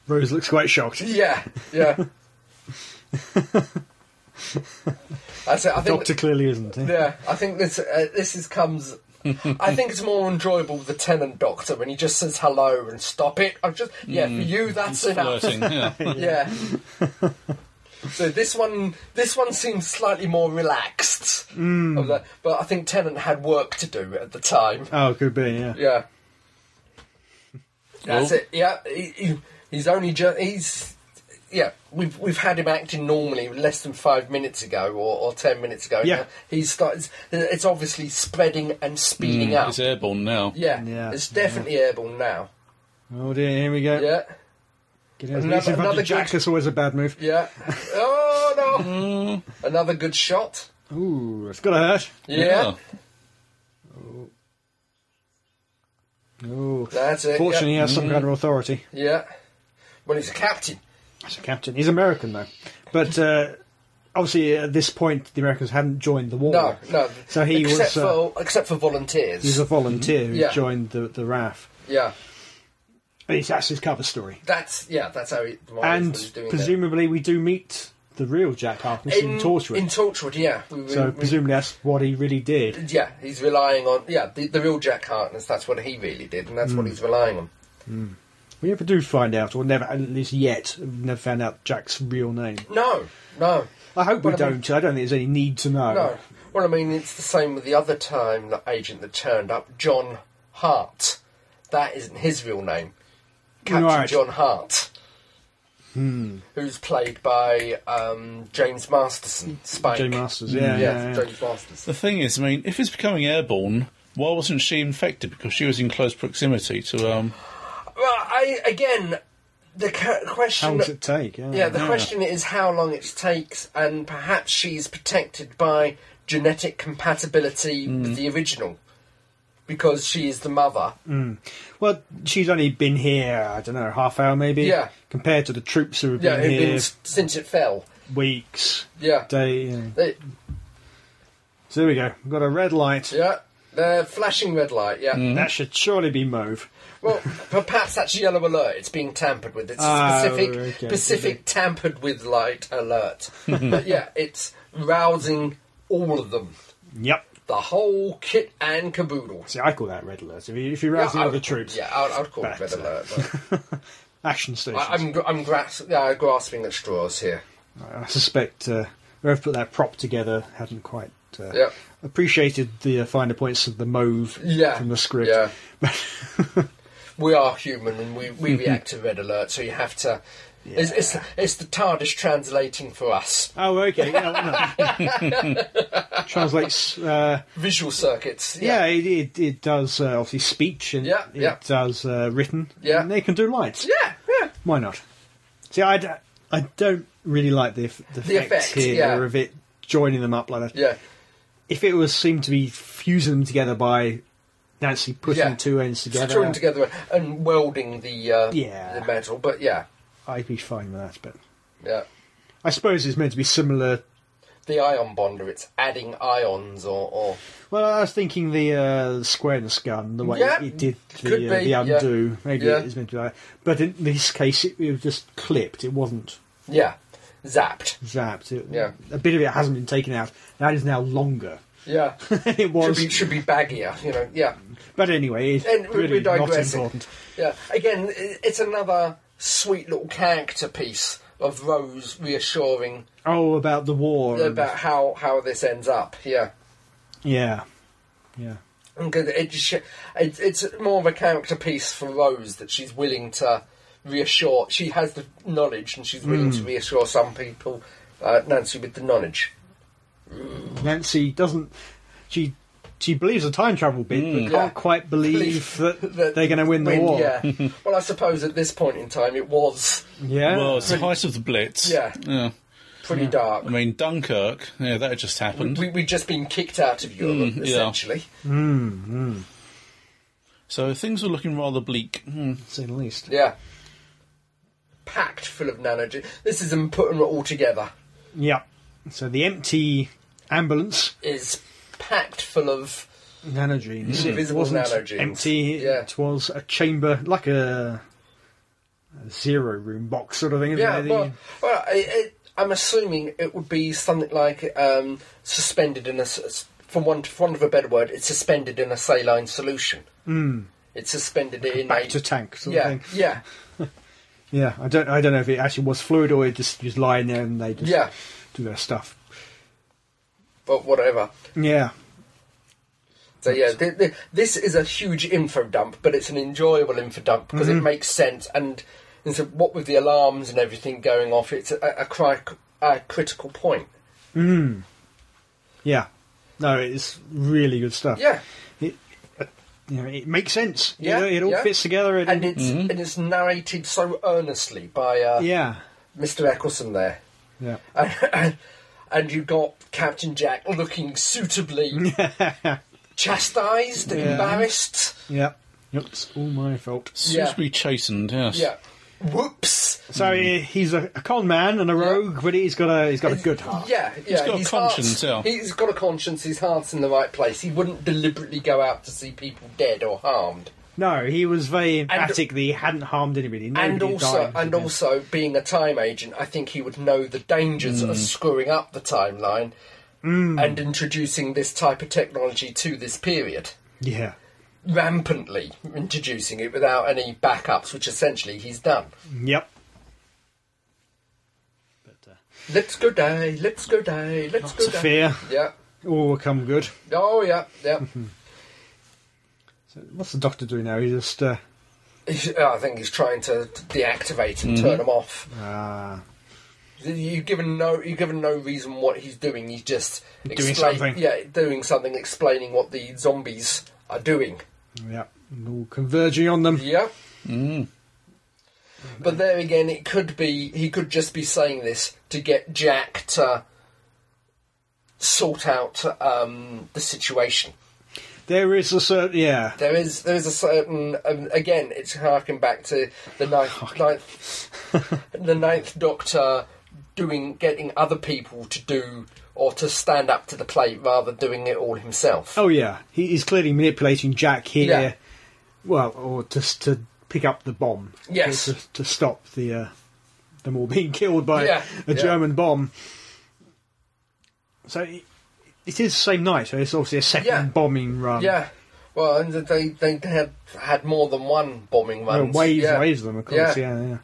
Speaker 2: Rose looks quite shocked.
Speaker 3: Yeah, yeah. I said, I think
Speaker 2: Doctor clearly isn't. eh?
Speaker 3: yeah, I think this uh, this is comes. I think it's more enjoyable with the tenant doctor when he just says hello and stop it. I'm just yeah,
Speaker 2: Hmm.
Speaker 3: for you that's enough.
Speaker 1: Flirting, yeah.
Speaker 3: Yeah. so this one, this one seems slightly more relaxed. Of that, but I think Tennant had work to do at the time.
Speaker 2: Oh, could be. Yeah.
Speaker 3: Yeah. That's
Speaker 1: Well-
Speaker 3: it. Yeah, he, he, he's only just he's yeah, we've we've had him acting normally less than five minutes ago or, or ten minutes ago.
Speaker 2: Yeah.
Speaker 3: Now he's started. It's obviously spreading and speeding up.
Speaker 1: It's airborne now.
Speaker 3: Yeah,
Speaker 2: Yeah,
Speaker 3: it's definitely airborne now.
Speaker 2: Oh dear, here we go.
Speaker 3: Yeah,
Speaker 2: Get out of
Speaker 3: Another-
Speaker 2: reach in front of
Speaker 3: another
Speaker 2: Jack.
Speaker 3: good-
Speaker 2: That's always a bad move.
Speaker 3: yeah. oh no! Another good shot.
Speaker 2: Ooh, it's got to hurt.
Speaker 3: Yeah,
Speaker 2: Ooh.
Speaker 3: that's it.
Speaker 2: Fortunately, he has
Speaker 3: Mm.
Speaker 2: some kind of authority.
Speaker 3: yeah. yeah. Well, he's a captain.
Speaker 2: He's a captain. He's American, though. But uh, obviously, at this point, the Americans hadn't joined the war.
Speaker 3: No, no.
Speaker 2: So he was,
Speaker 3: except
Speaker 2: uh,
Speaker 3: for except for volunteers.
Speaker 2: He's a volunteer who
Speaker 3: Yeah.
Speaker 2: joined the, the RAF.
Speaker 3: yeah,
Speaker 2: But it's- that's his cover story.
Speaker 3: that's yeah, that's how he. why he
Speaker 2: and
Speaker 3: was doing that.
Speaker 2: presumably, we do meet the real Jack Harkness in, Torchwood.
Speaker 3: In Torchwood, yeah. We, we,
Speaker 2: so
Speaker 3: we-
Speaker 2: presumably, that's what he really did.
Speaker 3: yeah, he's relying on yeah the, the real Jack Harkness. That's what he really did, and that's what
Speaker 2: Mm.
Speaker 3: he's relying on.
Speaker 2: We never do find out, or never, at least yet, we've never found out Jack's real name.
Speaker 3: No, no,
Speaker 2: I hope we
Speaker 3: Well, I mean-
Speaker 2: don't. I don't think there's any need to know.
Speaker 3: no. Well, I mean, it's the same with the other time that agent that turned up, John Hart. That isn't his real name, Captain
Speaker 2: Right. Hmm.
Speaker 3: John Hart. Who's played by um, James Masterson, Spike.
Speaker 2: Jay Masters, yeah,
Speaker 3: Yeah,
Speaker 2: yeah, yeah.
Speaker 3: James Masterson.
Speaker 1: The thing is, I mean, if it's becoming airborne, why wasn't she infected? Because she was in close proximity to um.
Speaker 3: Well, I again, the ca- question.
Speaker 2: How long does it take? Yeah.
Speaker 3: Yeah, the question is how long it takes, and perhaps she's protected by genetic compatibility
Speaker 2: Hmm.
Speaker 3: with the original because she is the mother.
Speaker 2: Well, she's only been here, I don't know, half hour maybe?
Speaker 3: Yeah.
Speaker 2: Compared to the troops who have
Speaker 3: Yeah,
Speaker 2: been
Speaker 3: who've
Speaker 2: here
Speaker 3: been s- since it fell.
Speaker 2: weeks,
Speaker 3: Yeah,
Speaker 2: day. yeah.
Speaker 3: They-
Speaker 2: So there we go. We've got a red light.
Speaker 3: yeah, the flashing red light. Yeah,
Speaker 2: That should surely be mauve.
Speaker 3: well, perhaps that's yellow alert. It's being tampered with. It's
Speaker 2: Ah,
Speaker 3: a specific,
Speaker 2: okay,
Speaker 3: specific
Speaker 2: okay.
Speaker 3: tampered with light alert. but yeah, it's rousing all of them,
Speaker 2: Yep.
Speaker 3: the whole kit and caboodle.
Speaker 2: See, I call that red alert. If you, if you rouse the
Speaker 3: I
Speaker 2: other
Speaker 3: would-
Speaker 2: troops,
Speaker 3: Yeah, I'd, I'd call
Speaker 2: Back
Speaker 3: it red
Speaker 2: to-
Speaker 3: alert. but-
Speaker 2: action stations.
Speaker 3: I,
Speaker 2: I,
Speaker 3: I'm gr- I'm gras- uh, grasping at straws here.
Speaker 2: suspect uh, whoever put that prop together hadn't quite uh,
Speaker 3: Yep.
Speaker 2: appreciated the uh, finer points of the mauve
Speaker 3: Yeah.
Speaker 2: from the script.
Speaker 3: Yeah. we are human and we,
Speaker 2: Mm-hmm.
Speaker 3: we react to red alert, so you have to. It's, it's, it's the TARDIS translating for us.
Speaker 2: Oh, okay. Yeah, why not? Translates. Uh,
Speaker 3: Visual circuits.
Speaker 2: yeah,
Speaker 3: Yeah.
Speaker 2: it, it, it does uh, obviously speech and
Speaker 3: Yeah,
Speaker 2: it
Speaker 3: yeah.
Speaker 2: does uh, written.
Speaker 3: Yeah.
Speaker 2: and they can do lights.
Speaker 3: Yeah, yeah.
Speaker 2: Why not? See, I, d- I don't really like the, eff- the,
Speaker 3: The
Speaker 2: effects
Speaker 3: effect,
Speaker 2: here
Speaker 3: yeah.
Speaker 2: of it joining them up like that.
Speaker 3: Yeah.
Speaker 2: If it was seemed to be fusing them together by Nancy putting
Speaker 3: Yeah.
Speaker 2: two ends
Speaker 3: Just
Speaker 2: together, uh,
Speaker 3: drawing together and welding the uh,
Speaker 2: Yeah.
Speaker 3: the metal, but yeah,
Speaker 2: I'd be fine with that. But
Speaker 3: yeah.
Speaker 2: I suppose it's meant to be similar.
Speaker 3: The ion bonder, it's adding ions or, or
Speaker 2: Well, I was thinking the uh, squareness gun, the way
Speaker 3: Yeah,
Speaker 2: it did
Speaker 3: could
Speaker 2: the, uh,
Speaker 3: be,
Speaker 2: the
Speaker 3: yeah.
Speaker 2: undo. Maybe
Speaker 3: Yeah.
Speaker 2: it's meant to be like But in this case, it, it was just clipped. It wasn't
Speaker 3: yeah, zapped.
Speaker 2: zapped. It,
Speaker 3: Yeah.
Speaker 2: A bit of it hasn't been taken out. That is now longer
Speaker 3: Yeah,
Speaker 2: than it
Speaker 3: should
Speaker 2: was.
Speaker 3: be should be baggier, you know. Yeah.
Speaker 2: But anyway, it's
Speaker 3: And we're,
Speaker 2: really
Speaker 3: we're
Speaker 2: not
Speaker 3: digressing.
Speaker 2: important.
Speaker 3: Yeah, again, i- it's another sweet little character piece of Rose reassuring
Speaker 2: Oh, about the war. and-
Speaker 3: about how, how this ends up. Yeah,
Speaker 2: yeah, yeah,
Speaker 3: And 'cause it, sh- it, it's more of a character piece for Rose that she's willing to reassure. She has the knowledge, and she's willing
Speaker 2: Hmm.
Speaker 3: to reassure some people. Uh, Nancy with the knowledge.
Speaker 2: Nancy doesn't. She she believes the time travel bit, but can't
Speaker 3: Yeah.
Speaker 2: quite believe that,
Speaker 3: Mm. That-
Speaker 2: they're going to win the war.
Speaker 3: Yeah. well, I suppose at this point in time, it was
Speaker 2: Yeah.
Speaker 1: Well, it's the height of the Blitz.
Speaker 3: Uh, Yeah.
Speaker 1: Yeah.
Speaker 3: pretty dark.
Speaker 1: I mean, Dunkirk. Yeah, that had just happened.
Speaker 3: We, we'd just been kicked out of
Speaker 2: Mm,
Speaker 3: Europe,
Speaker 1: yeah.
Speaker 3: essentially.
Speaker 1: So things were looking rather bleak. Hmm.
Speaker 2: to say the least.
Speaker 3: Yeah. Packed full of nanogen. This is them putting it all together.
Speaker 2: Yeah. So the empty ambulance
Speaker 3: Is packed full of.
Speaker 2: nanogenes. It
Speaker 3: Invisible
Speaker 2: wasn't
Speaker 3: nanogenes.
Speaker 2: empty.
Speaker 3: Yeah.
Speaker 2: It was a chamber, like a, a zero room box sort of thing. isn't
Speaker 3: Yeah,
Speaker 2: it?
Speaker 3: well, well it, it, I'm assuming it would be something like um, suspended in a. s- s- From one, for want of a better word, it's suspended in a saline solution.
Speaker 2: Hmm.
Speaker 3: It's suspended in
Speaker 2: back
Speaker 3: a.
Speaker 2: to tank sort
Speaker 3: yeah,
Speaker 2: of thing.
Speaker 3: yeah,
Speaker 2: Yeah. I don't. I don't know if it actually was fluid or it just was lying there and they just
Speaker 3: yeah,
Speaker 2: do their stuff.
Speaker 3: but whatever.
Speaker 2: Yeah.
Speaker 3: So yeah, th- th-
Speaker 2: Mm-hmm.
Speaker 3: this is a huge info dump, but it's an enjoyable info dump because it makes sense and And so, what with the alarms and everything going off, it's a, a, cri- a critical point.
Speaker 2: Yeah. No, it's really good stuff.
Speaker 3: Yeah,
Speaker 2: You know, it makes sense. You
Speaker 3: Yeah,
Speaker 2: know, it all
Speaker 3: yeah.
Speaker 2: fits together. And,
Speaker 3: and it's and it's narrated so earnestly by uh,
Speaker 2: Mm-hmm. yeah,
Speaker 3: Mr. Eccleston there.
Speaker 2: yeah,
Speaker 3: and, and you got Captain Jack looking suitably chastised, and
Speaker 2: Yeah.
Speaker 3: embarrassed.
Speaker 2: yeah. Yep, it's all my fault.
Speaker 1: Suitably chastened, yes.
Speaker 3: Yeah. Whoops.
Speaker 2: So he- he's a, a con man and a rogue, but he's got a he's got a good heart.
Speaker 3: Yeah, yeah.
Speaker 1: got a
Speaker 3: his
Speaker 1: conscience,
Speaker 3: heart's-
Speaker 1: yeah.
Speaker 3: He's got a conscience. His heart's in the right place. He wouldn't deliberately go out to see people dead or harmed.
Speaker 2: No, he was very emphatic that he hadn't harmed anybody. Nobody
Speaker 3: and
Speaker 2: had
Speaker 3: also,
Speaker 2: died.
Speaker 3: and
Speaker 2: Yeah.
Speaker 3: also, being a time agent, I think he would know the dangers
Speaker 1: Hmm.
Speaker 3: of screwing up the timeline and introducing this type of technology to this period.
Speaker 2: yeah,
Speaker 3: rampantly introducing it without any backups, which essentially he's done.
Speaker 2: yep. But uh,
Speaker 3: Let's go die, let's go die, let's
Speaker 2: lots
Speaker 3: go
Speaker 2: of
Speaker 3: die.
Speaker 2: fear,
Speaker 3: Yeah.
Speaker 2: all will come good.
Speaker 3: Oh, yeah, yeah.
Speaker 2: So what's the doctor doing now? He just uh,
Speaker 3: He's- uh, I think he's trying to deactivate and
Speaker 2: Mm-hmm.
Speaker 3: turn him off.
Speaker 2: ah,
Speaker 3: You've given no, you've given no reason what he's doing. He's just
Speaker 2: Doing
Speaker 3: explain-
Speaker 2: something.
Speaker 3: Yeah, doing something, explaining what the zombies are doing.
Speaker 2: yeah, all converging on them.
Speaker 3: Yeah.
Speaker 2: Mm.
Speaker 3: But there again, it could be he could just be saying this to get Jack to sort out um, the situation.
Speaker 2: There is a certain yeah,
Speaker 3: There is there is a certain um, again, it's harking back to the ninth, ninth the ninth Doctor doing getting other people to do or to stand up to the plate rather than doing it all himself.
Speaker 2: Oh yeah, he, he's clearly manipulating Jack here.
Speaker 3: Yeah.
Speaker 2: Well, or just to pick up the bomb.
Speaker 3: Yes.
Speaker 2: To, to stop the uh, them all being killed by
Speaker 3: Yeah,
Speaker 2: a
Speaker 3: yeah.
Speaker 2: German bomb. So it, it is the same night. So it's obviously a second
Speaker 3: Yeah.
Speaker 2: bombing run.
Speaker 3: Yeah. Well, and they they had had more than one bombing
Speaker 2: Well,
Speaker 3: run.
Speaker 2: waves,
Speaker 3: yeah.
Speaker 2: waves of them, of course. Yeah. yeah,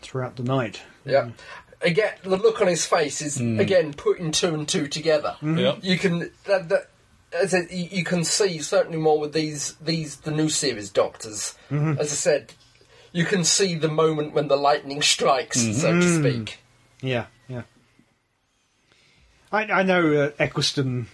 Speaker 2: Throughout the night.
Speaker 3: Yeah. Again, the look on his face is
Speaker 2: Mm.
Speaker 3: again putting two and two together.
Speaker 2: Mm-hmm.
Speaker 1: Yep.
Speaker 3: You can that, that as I- you you can see certainly more with these these the new series doctors.
Speaker 2: Mm-hmm.
Speaker 3: As I said, you can see the moment when the lightning strikes, so
Speaker 2: Mm-hmm.
Speaker 3: to speak.
Speaker 2: Yeah, yeah. I, I know uh, Eccleston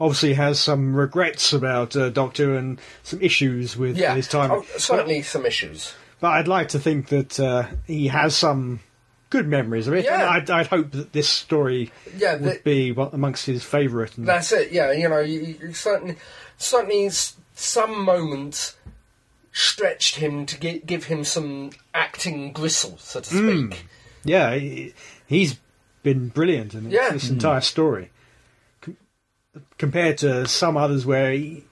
Speaker 2: obviously has some regrets about uh, Doctor and some issues with
Speaker 3: Yeah,
Speaker 2: his time,
Speaker 3: Oh, certainly some issues.
Speaker 2: but I'd like to think that uh, he has some good memories of it.
Speaker 3: Yeah.
Speaker 2: And I'd, I'd hope that this story
Speaker 3: Yeah,
Speaker 2: would
Speaker 3: the-
Speaker 2: be one- amongst his favourite. and-
Speaker 3: That's it. Yeah, you know, you, you certainly, certainly, s- some moments stretched him to gi- give him some acting gristle, so to speak.
Speaker 2: Mm. Yeah, he, he's been brilliant in this,
Speaker 3: Yeah.
Speaker 2: this entire story. Com- compared to some others where he,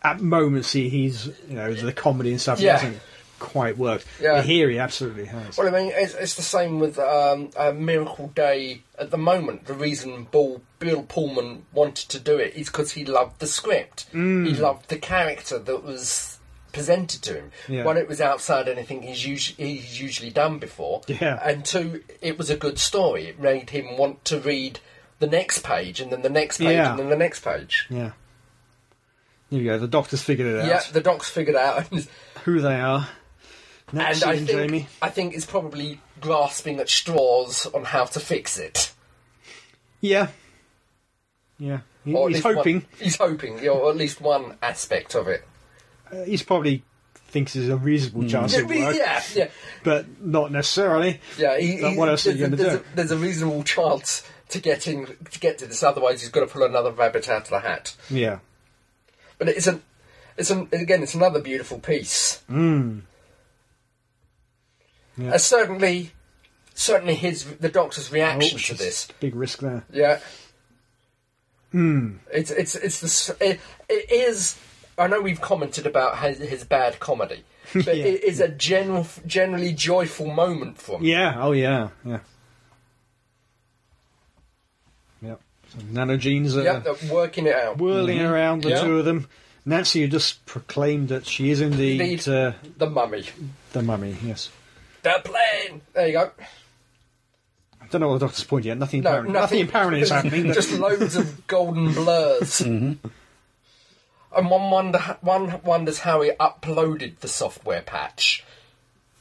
Speaker 2: at moments he, he's, you know, the comedy and stuff
Speaker 3: Yeah.
Speaker 2: hasn't quite worked.
Speaker 3: Yeah.
Speaker 2: But here he absolutely has.
Speaker 3: Well, I mean, it's, it's the same with um, uh, Miracle Day at the moment. The reason Bill, Bill Pullman wanted to do it is because he loved the script.
Speaker 2: Mm.
Speaker 3: He loved the character that was presented to him.
Speaker 2: Yeah.
Speaker 3: One, it was outside anything he's, usu- he's usually done before.
Speaker 2: Yeah.
Speaker 3: And two, it was a good story. It made him want to read the next page and then the next page
Speaker 2: Yeah.
Speaker 3: and then the next page.
Speaker 2: yeah. Here we go. The doctor's figured it out.
Speaker 3: Yeah, the doc's figured out. And,
Speaker 2: Who they are. Nancy
Speaker 3: I
Speaker 2: and,
Speaker 3: think,
Speaker 2: Jamie.
Speaker 3: I think it's probably grasping at straws on how to fix it.
Speaker 2: Yeah. Yeah. He-
Speaker 3: Or at
Speaker 2: he's
Speaker 3: least
Speaker 2: hoping.
Speaker 3: One, he's hoping, you know, or at least one aspect of it.
Speaker 2: Uh, he's probably thinks there's a reasonable chance
Speaker 3: Yeah,
Speaker 2: it works,
Speaker 3: yeah, yeah.
Speaker 2: but not necessarily.
Speaker 3: yeah he,
Speaker 2: But
Speaker 3: he-
Speaker 2: what else are you
Speaker 3: there's-
Speaker 2: gonna
Speaker 3: there's
Speaker 2: do?
Speaker 3: A, there's a reasonable chance to get in to get to this. Otherwise, he's got to pull another rabbit out of the hat.
Speaker 2: Yeah.
Speaker 3: But it's an, it's an, again, it's another beautiful piece.
Speaker 2: Hmm. Yeah.
Speaker 3: And certainly, certainly his the doctor's reaction to
Speaker 2: Ouch,
Speaker 3: this.
Speaker 2: Oh, Big risk there.
Speaker 3: Yeah. Hmm. It's it's it's the s- it, it is. I know we've commented about his, his bad comedy, but
Speaker 2: Yeah.
Speaker 3: it is a general generally joyful moment for me.
Speaker 2: Yeah. Oh, yeah. Yeah. Yep. So nanogenes are
Speaker 3: Yeah, they're working it out.
Speaker 2: whirling around the
Speaker 3: Mm-hmm. Yeah.
Speaker 2: two of them. Nancy just proclaimed that she is indeed
Speaker 3: Indeed.
Speaker 2: uh,
Speaker 3: The mummy,
Speaker 2: the mummy. Yes.
Speaker 3: the plane. There you go.
Speaker 2: I don't know what the doctor's point yet. Nothing.
Speaker 3: No,
Speaker 2: apparent. nothing. apparent is happening. Mm-hmm. But
Speaker 3: Just loads of golden blurs. And one wonder, one wonders how he uploaded the software patch.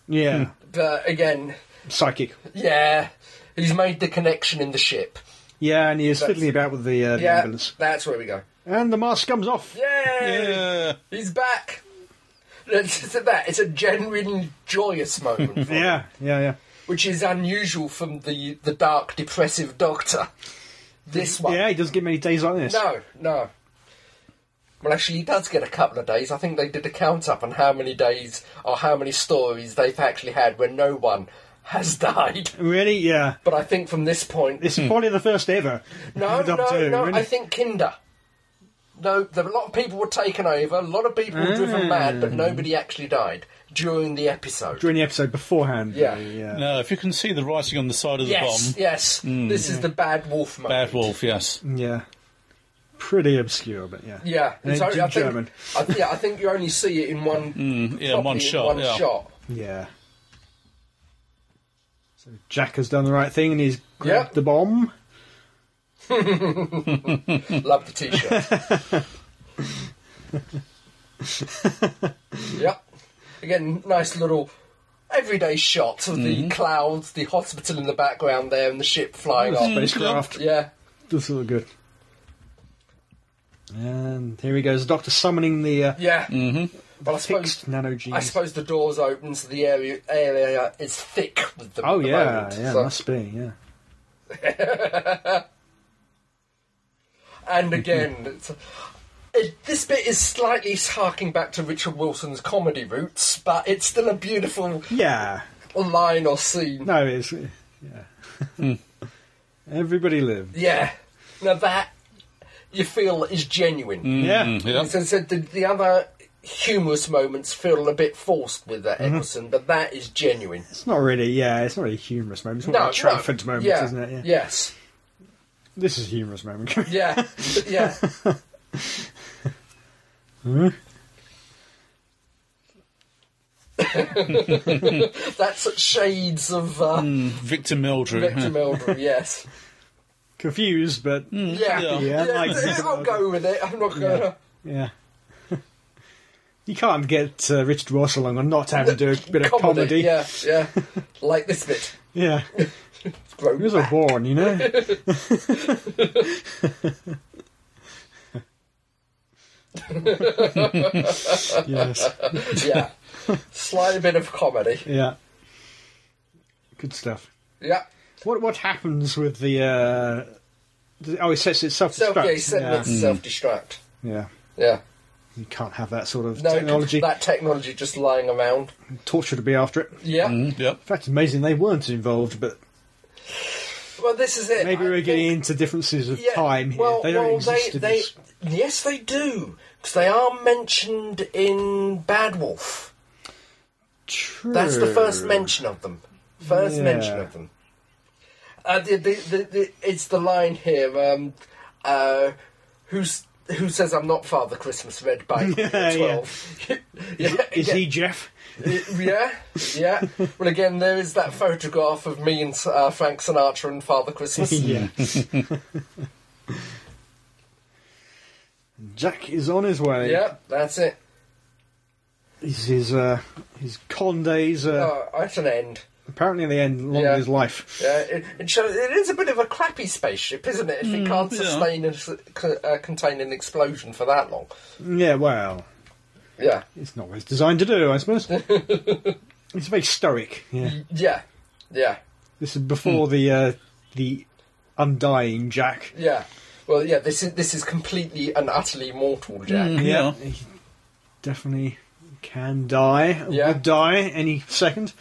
Speaker 2: Yeah.
Speaker 3: But again,
Speaker 2: Psychic.
Speaker 3: yeah, he's made the connection in the ship.
Speaker 2: Yeah, and he is
Speaker 3: That's-
Speaker 2: fiddling about with the, uh, the
Speaker 3: Yeah,
Speaker 2: ambulance.
Speaker 3: that's where we go.
Speaker 2: And the mask comes off.
Speaker 3: Yay!
Speaker 1: Yeah.
Speaker 3: He's back. That's just that. It's a genuine joyous moment, for him,
Speaker 2: Yeah, yeah, yeah.
Speaker 3: which is unusual from the the dark, depressive Doctor. This one,
Speaker 2: Yeah, he doesn't get many days like this.
Speaker 3: no, no. Well, actually, he does get a couple of days. I think they did a count up on how many days or how many stories they've actually had where no one has died.
Speaker 2: Really? Yeah.
Speaker 3: But I think from this point,
Speaker 2: It's probably the first ever.
Speaker 3: Hmm. No,
Speaker 2: Doctor
Speaker 3: no,
Speaker 2: Who,
Speaker 3: no.
Speaker 2: isn't
Speaker 3: I
Speaker 2: it?
Speaker 3: think Kinder. No, there, a lot of people were taken over. A lot of people were driven mad,
Speaker 1: Mm.
Speaker 3: but nobody actually died during the episode.
Speaker 2: During the episode beforehand.
Speaker 3: Yeah.
Speaker 2: yeah.
Speaker 1: No, if you can see the writing on the side of the
Speaker 3: yes,
Speaker 1: bomb. Mm.
Speaker 3: yes. This is the bad wolf moment.
Speaker 1: Bad Wolf, yes.
Speaker 2: Yeah. Pretty obscure, but yeah.
Speaker 3: Yeah,
Speaker 2: And it's
Speaker 3: it's only-
Speaker 2: in
Speaker 3: I think,
Speaker 2: German.
Speaker 3: I, th- yeah, I think you only see it in one.
Speaker 1: Mm. Yeah,
Speaker 3: properly
Speaker 1: one
Speaker 3: in
Speaker 1: shot.
Speaker 3: One
Speaker 1: yeah.
Speaker 3: shot.
Speaker 2: Yeah. So Jack has done the right thing and he's grabbed
Speaker 3: Yeah.
Speaker 2: the bomb.
Speaker 3: Love the t-shirt. yep. Again, nice little everyday shot of the
Speaker 1: Mm.
Speaker 3: clouds, the hospital in the background there, and the ship flying off.
Speaker 2: Spacecraft.
Speaker 3: Mm-hmm. Yeah.
Speaker 2: This is good. And here he goes, the Doctor summoning the uh,
Speaker 3: Yeah. Mm-hmm. Well, I suppose
Speaker 2: fixed nano genes.
Speaker 3: I suppose the doors open, so the area area is thick with them.
Speaker 2: oh
Speaker 3: at the
Speaker 2: yeah,
Speaker 3: moment,
Speaker 2: yeah,
Speaker 3: so-
Speaker 2: must be, yeah.
Speaker 3: and
Speaker 2: Mm-hmm.
Speaker 3: again, it's, it, this bit is slightly harking back to Richard Wilson's comedy roots, but it's still a beautiful
Speaker 2: Yeah.
Speaker 3: line or scene.
Speaker 2: No, it's yeah.
Speaker 3: Hmm.
Speaker 2: Everybody lives.
Speaker 3: Yeah. Now that you feel is genuine.
Speaker 2: Yeah.
Speaker 1: Mm, yeah.
Speaker 3: So, so the, the other humorous moments feel a bit forced with that Eccleston, but that is genuine.
Speaker 2: Mm-hmm. It's not really yeah, it's not really a humorous moment. It's more
Speaker 3: No,
Speaker 2: like a Trafford
Speaker 3: no.
Speaker 2: moment,
Speaker 3: yeah.
Speaker 2: isn't it? Yeah.
Speaker 3: Yes.
Speaker 2: This is a humorous moment.
Speaker 3: Yeah. yeah.
Speaker 2: Hmm?
Speaker 3: That's shades of uh,
Speaker 1: Mm. Hmm, Victor Mildrew.
Speaker 3: Victor Mildred, yes.
Speaker 2: Confused, but
Speaker 3: Yeah.
Speaker 1: Hmm, Yeah.
Speaker 2: Yeah, like Victor
Speaker 3: I'll go with it. I'm not going to.
Speaker 2: yeah. You can't get uh, Richard Ross along on not having to do a bit of comedy.
Speaker 3: Yeah, yeah. like this bit.
Speaker 2: Yeah.
Speaker 3: Grow
Speaker 2: He was a
Speaker 3: back.
Speaker 2: born, you know? yes.
Speaker 3: yeah. Slight bit of comedy.
Speaker 2: Yeah. Good stuff.
Speaker 3: Yeah.
Speaker 2: What what happens with the uh the- oh it says it's self
Speaker 3: Self, yeah, he
Speaker 2: destruct.
Speaker 3: said
Speaker 2: Yeah. Mm.
Speaker 3: let's self-destruct.
Speaker 2: yeah.
Speaker 3: Yeah.
Speaker 2: You can't have that sort of
Speaker 3: No, 'cause
Speaker 2: technology.
Speaker 3: that technology just lying around.
Speaker 2: Torture to be after it. In
Speaker 3: Yeah.
Speaker 1: Mm, yep.
Speaker 2: fact it's amazing they weren't involved, but
Speaker 3: Well, this is it.
Speaker 2: maybe
Speaker 3: I
Speaker 2: we're getting
Speaker 3: think-
Speaker 2: into differences of
Speaker 3: Yeah,
Speaker 2: time here.
Speaker 3: Well,
Speaker 2: they don't
Speaker 3: well,
Speaker 2: exist
Speaker 3: they,
Speaker 2: in
Speaker 3: they,
Speaker 2: this.
Speaker 3: Yes, they do. Because they are mentioned in Bad Wolf.
Speaker 2: True.
Speaker 3: That's the first mention of them. First
Speaker 2: Yeah.
Speaker 3: mention of them. Uh, the, the, the, the, it's the line here. Um, uh, who's who says I'm not Father Christmas? Read by
Speaker 2: Yeah,
Speaker 3: twelve. yeah,
Speaker 2: Is
Speaker 3: yeah.
Speaker 2: he Jeff?
Speaker 3: yeah, yeah. Well, again, there is that photograph of me and uh, Frank Sinatra and Father Christmas.
Speaker 2: yeah. Jack is on his way.
Speaker 3: Yeah, that's it.
Speaker 2: He's his uh, his con days. Uh,
Speaker 3: Oh, at an end.
Speaker 2: Apparently, they end long
Speaker 3: Yeah.
Speaker 2: with his life.
Speaker 3: Yeah, it, it shows it is a bit of a crappy spaceship, isn't it? If
Speaker 2: Mm,
Speaker 3: it can't
Speaker 1: yeah.
Speaker 3: sustain and s- c- uh, contain an explosion for that long.
Speaker 2: Yeah, well,
Speaker 3: Yeah,
Speaker 2: it's not what it's designed to do, I suppose. it's very stoic. Yeah,
Speaker 3: yeah, yeah,
Speaker 2: this is before
Speaker 3: Mm.
Speaker 2: the uh, the undying Jack.
Speaker 3: yeah. Well, yeah. This is this is completely and utterly mortal, Jack.
Speaker 1: Mm, yeah.
Speaker 2: he definitely can die.
Speaker 3: Yeah.
Speaker 2: would die any second.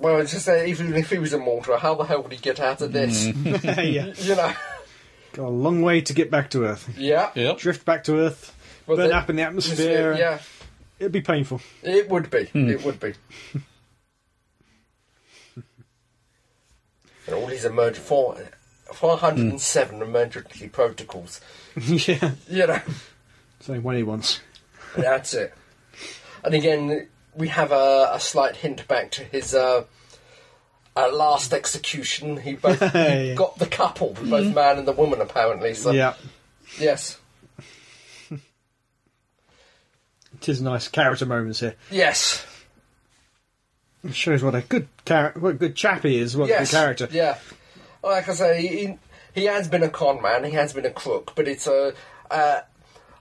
Speaker 3: Well, it's just that even if he was immortal, how the hell would he get out of this?
Speaker 2: yeah,
Speaker 3: You know.
Speaker 2: got a long way to get back to Earth.
Speaker 3: Yeah.
Speaker 1: Yep.
Speaker 2: Drift back to Earth,
Speaker 3: Well,
Speaker 2: burn
Speaker 3: the-
Speaker 2: up in the atmosphere. and
Speaker 3: Yeah.
Speaker 2: It'd be painful.
Speaker 3: It would be. It would be. and all these emergent four, 407 emergency protocols.
Speaker 2: yeah,
Speaker 3: You know,
Speaker 2: so what he wants.
Speaker 3: that's it. And again, we have a, a slight hint back to his uh, uh, last execution. He both he
Speaker 2: Yeah. Mm-hmm.
Speaker 3: got the couple, both man and the woman, apparently. So
Speaker 2: yeah,
Speaker 3: yes,
Speaker 2: it is nice character moments here.
Speaker 3: yes.
Speaker 2: It shows what a good char- what a good chap he is. What a good
Speaker 3: Yes,
Speaker 2: character.
Speaker 3: Yeah, like I say, he, he has been a con man. He has been a crook, but it's a uh,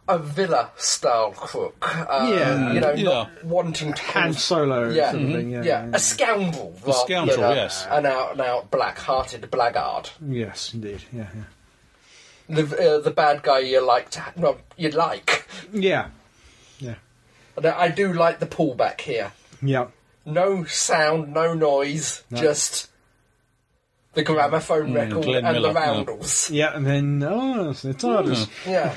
Speaker 3: a villa style crook. Uh,
Speaker 2: Yeah.
Speaker 3: you know,
Speaker 1: Yeah.
Speaker 3: not wanting to
Speaker 2: Han Solo.
Speaker 3: Yeah. Mm-hmm.
Speaker 2: Sort of thing.
Speaker 3: Yeah,
Speaker 2: Yeah,
Speaker 3: a scoundrel. rather than
Speaker 1: scoundrel,
Speaker 3: a-
Speaker 1: yes.
Speaker 3: An out and out black hearted blackguard.
Speaker 2: Yes, indeed. Yeah, yeah.
Speaker 3: The, uh, the bad guy you like to. No, you like.
Speaker 2: Yeah. Yeah.
Speaker 3: And I I do like the pullback here.
Speaker 2: Yeah.
Speaker 3: No sound, no noise, just the gramophone record
Speaker 1: Glenn
Speaker 3: and
Speaker 1: Miller,
Speaker 3: the
Speaker 1: no.
Speaker 3: roundels.
Speaker 2: Yeah, and then oh, it's TARDIS.
Speaker 3: Yeah.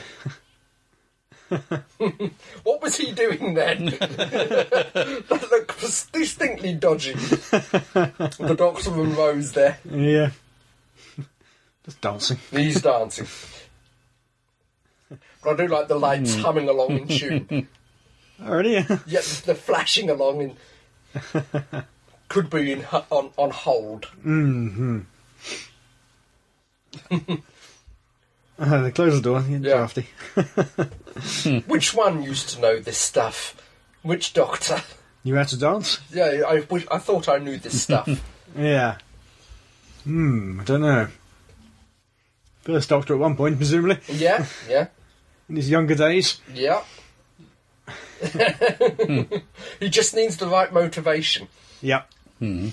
Speaker 3: what was he doing then? that looked distinctly dodgy. the Doctor and Rose there.
Speaker 2: Yeah, just dancing.
Speaker 3: He's dancing. But I do like the lights humming along in tune.
Speaker 2: Already, yeah.
Speaker 3: Yet the flashing along in could be in ho- on on hold.
Speaker 2: Uh, they close the door. Yeah. Drafty.
Speaker 3: Which one used to know this stuff? Which doctor?
Speaker 2: You had to dance.
Speaker 3: Yeah, I wish, I thought I knew this stuff.
Speaker 2: Yeah. Hmm. I don't know. First Doctor at one point, presumably
Speaker 3: yeah, yeah,
Speaker 2: in his younger days.
Speaker 3: yeah. he just needs the right motivation.
Speaker 2: Yeah.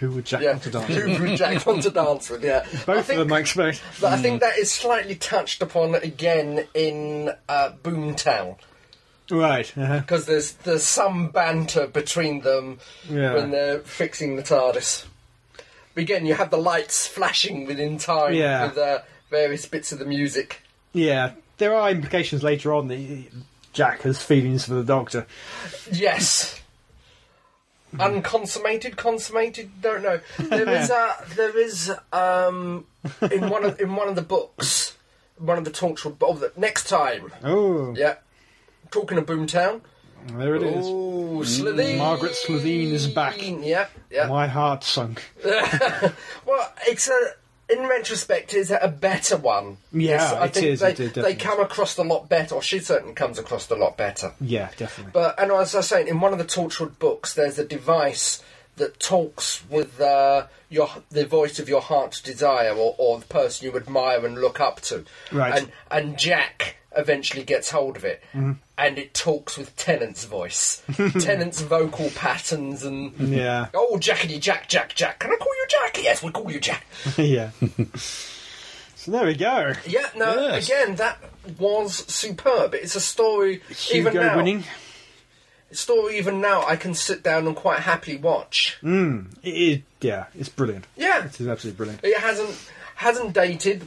Speaker 2: Who would Jack
Speaker 3: Yeah,
Speaker 2: want to dance? with?
Speaker 3: who would Jack want to dance with? Yeah, I
Speaker 2: Both
Speaker 3: think
Speaker 2: of them, Mm. I expect.
Speaker 3: But I think that is slightly touched upon again in uh, Boomtown
Speaker 2: Right. Uh-huh.
Speaker 3: because there's there's some banter between them
Speaker 2: Yeah.
Speaker 3: when they're fixing the TARDIS. But again, you have the lights flashing within time
Speaker 2: Yeah.
Speaker 3: with uh, various bits of the music.
Speaker 2: Yeah, there are implications later on that he- Jack has feelings for the Doctor.
Speaker 3: Yes. Unconsummated, consummated, don't know. There is a, there is um, in one of in one of the books, one of the torture. Oh, the, next time,
Speaker 2: Oh,
Speaker 3: yeah. Talking of Boomtown,
Speaker 2: there it is.
Speaker 3: Oh, Slovene.
Speaker 2: Mm, Margaret Slovene is back.
Speaker 3: Yep, yep.
Speaker 2: My heart sunk.
Speaker 3: well, it's a. In retrospect, is a better one.
Speaker 2: Yeah,
Speaker 3: It's- I
Speaker 2: it
Speaker 3: think
Speaker 2: is,
Speaker 3: They,
Speaker 2: it is,
Speaker 3: they
Speaker 2: definitely.
Speaker 3: come across a lot better, or she certainly comes across a lot better.
Speaker 2: Yeah, definitely.
Speaker 3: But and as I was saying, in one of the Torchwood books, there's a device that talks with uh, your the voice of your heart's desire, or, or the person you admire and look up to.
Speaker 2: Right. Mm-hmm.
Speaker 3: And and Jack eventually gets hold of it, and it talks with Tennant's voice, Tennant's vocal patterns, and
Speaker 2: yeah,
Speaker 3: oh Jackety Jack Jack Jack, can I call you Jack? Yes, we call you Jack.
Speaker 2: yeah. so there we go.
Speaker 3: Yeah, no,
Speaker 1: Yes.
Speaker 3: again that was superb. It's a story even
Speaker 2: Hugo
Speaker 3: now.
Speaker 2: winning.
Speaker 3: Story even now I can sit down and quite happily watch.
Speaker 1: Mm.
Speaker 2: Hmm. It, is- yeah, it's brilliant.
Speaker 3: Yeah,
Speaker 2: It is absolutely brilliant.
Speaker 3: it hasn't hasn't dated.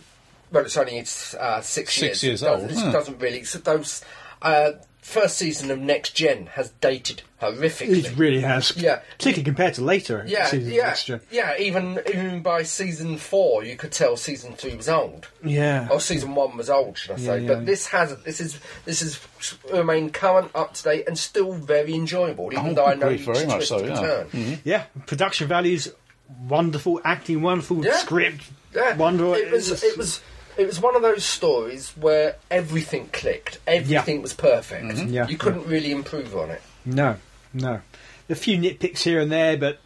Speaker 3: Well, it's only it's uh, six,
Speaker 1: Six years
Speaker 3: years It doesn't-
Speaker 1: old,
Speaker 3: It
Speaker 1: huh?
Speaker 3: doesn't really. So those uh, first season of Next Gen has dated horrifically.
Speaker 2: It really has.
Speaker 3: Yeah.
Speaker 2: Particularly compared to later
Speaker 3: yeah,
Speaker 2: seasons
Speaker 3: yeah,
Speaker 2: of Extra.
Speaker 3: yeah. Even even by season four, you could tell season three was old.
Speaker 2: Yeah.
Speaker 3: Or Oh, season one was old, should I say?
Speaker 2: Yeah, yeah.
Speaker 3: But this has this is this is remained current, up to date, and still very enjoyable. Even
Speaker 1: Oh,
Speaker 3: though I know
Speaker 1: agree,
Speaker 3: each
Speaker 1: very much
Speaker 3: twist
Speaker 1: so,
Speaker 3: and
Speaker 1: yeah. Mm-hmm.
Speaker 3: turn.
Speaker 2: Yeah, production values, wonderful acting, wonderful
Speaker 3: Yeah.
Speaker 2: script.
Speaker 3: Yeah,
Speaker 2: Wonderful.
Speaker 3: It was. It was. It was one of those stories where everything clicked. Everything was perfect.
Speaker 1: Mm-hmm.
Speaker 2: Yeah.
Speaker 3: You couldn't really improve on it.
Speaker 2: No, no. A few nitpicks here and there, but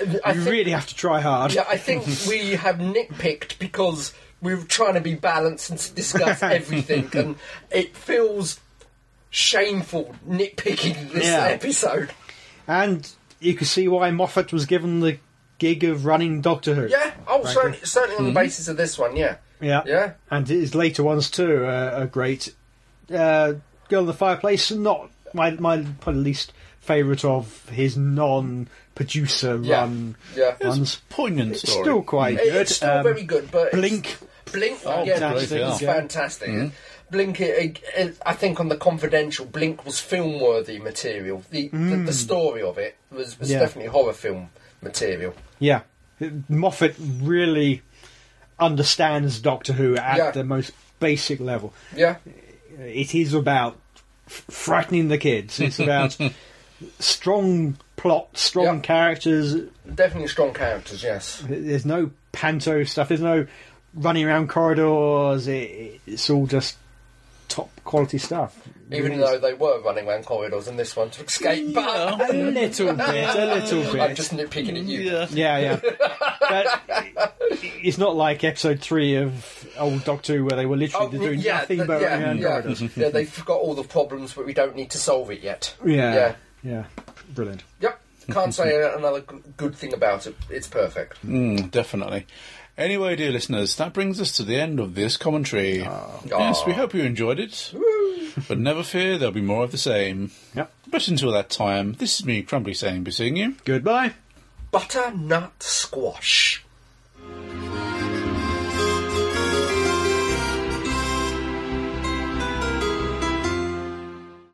Speaker 3: I
Speaker 2: you
Speaker 3: think,
Speaker 2: really have to try hard.
Speaker 3: yeah, I think we have nitpicked because we were trying to be balanced and s- discuss everything, and it feels shameful nitpicking this
Speaker 2: Yeah.
Speaker 3: episode.
Speaker 2: And you can see why Moffat was given the gig of running Doctor Who.
Speaker 3: Yeah.
Speaker 2: Frankly.
Speaker 3: Oh,
Speaker 2: Mm-hmm.
Speaker 3: certainly, certainly on the basis of this one. Yeah.
Speaker 2: Yeah.
Speaker 3: Yeah.
Speaker 2: And his later ones too uh, are great. Uh, Girl in the Fireplace, not my my probably least favourite of his non-producer
Speaker 3: Yeah.
Speaker 2: run
Speaker 3: Yeah.
Speaker 2: ones.
Speaker 1: Poignant
Speaker 2: It's
Speaker 1: story.
Speaker 2: still quite
Speaker 3: It-
Speaker 2: good.
Speaker 3: It's still
Speaker 2: Um,
Speaker 3: very good, but it's-
Speaker 2: Blink.
Speaker 3: Blink,
Speaker 1: Oh,
Speaker 3: yeah,
Speaker 2: fantastic,
Speaker 3: Blink was
Speaker 2: yeah.
Speaker 3: fantastic.
Speaker 2: Mm-hmm.
Speaker 3: Blink, it, it, I think on the confidential, Blink was film-worthy material. The the, the story of it was, was
Speaker 2: Mm. Yeah.
Speaker 3: definitely horror film material.
Speaker 2: Yeah, Moffat really understands Doctor Who at
Speaker 3: Yeah.
Speaker 2: the most basic level.
Speaker 3: Yeah,
Speaker 2: it is about f- frightening the kids. It's about strong plot, strong
Speaker 3: Yeah.
Speaker 2: characters.
Speaker 3: definitely strong characters. Yes,
Speaker 2: There's no panto stuff. There's no running around corridors. It, it's all just top quality stuff.
Speaker 3: Even though they were running around corridors in this one to escape,
Speaker 1: Yeah,
Speaker 3: but
Speaker 2: a little bit, a little
Speaker 3: I'm
Speaker 2: bit.
Speaker 3: just nitpicking at you.
Speaker 1: yeah.
Speaker 2: Yeah, yeah. but it's not like episode three of old Doctor Who where they were literally
Speaker 3: Oh,
Speaker 2: doing
Speaker 3: yeah,
Speaker 2: nothing
Speaker 3: th-
Speaker 2: but
Speaker 3: yeah,
Speaker 2: around
Speaker 3: yeah.
Speaker 2: corridors.
Speaker 3: yeah, they forgot all the problems, but we don't need to solve it yet.
Speaker 2: Yeah,
Speaker 3: Yeah.
Speaker 2: yeah, Brilliant.
Speaker 3: Yep. Can't say another g- good thing about it. It's perfect.
Speaker 1: Mm, definitely. Anyway, dear listeners, that brings us to the end of this commentary. Yes, we hope you enjoyed it. but never fear, there'll be more of the same.
Speaker 2: Yep.
Speaker 1: But until that time, this is me, Crumbly, saying, be seeing you.
Speaker 2: Goodbye.
Speaker 3: Butternut squash.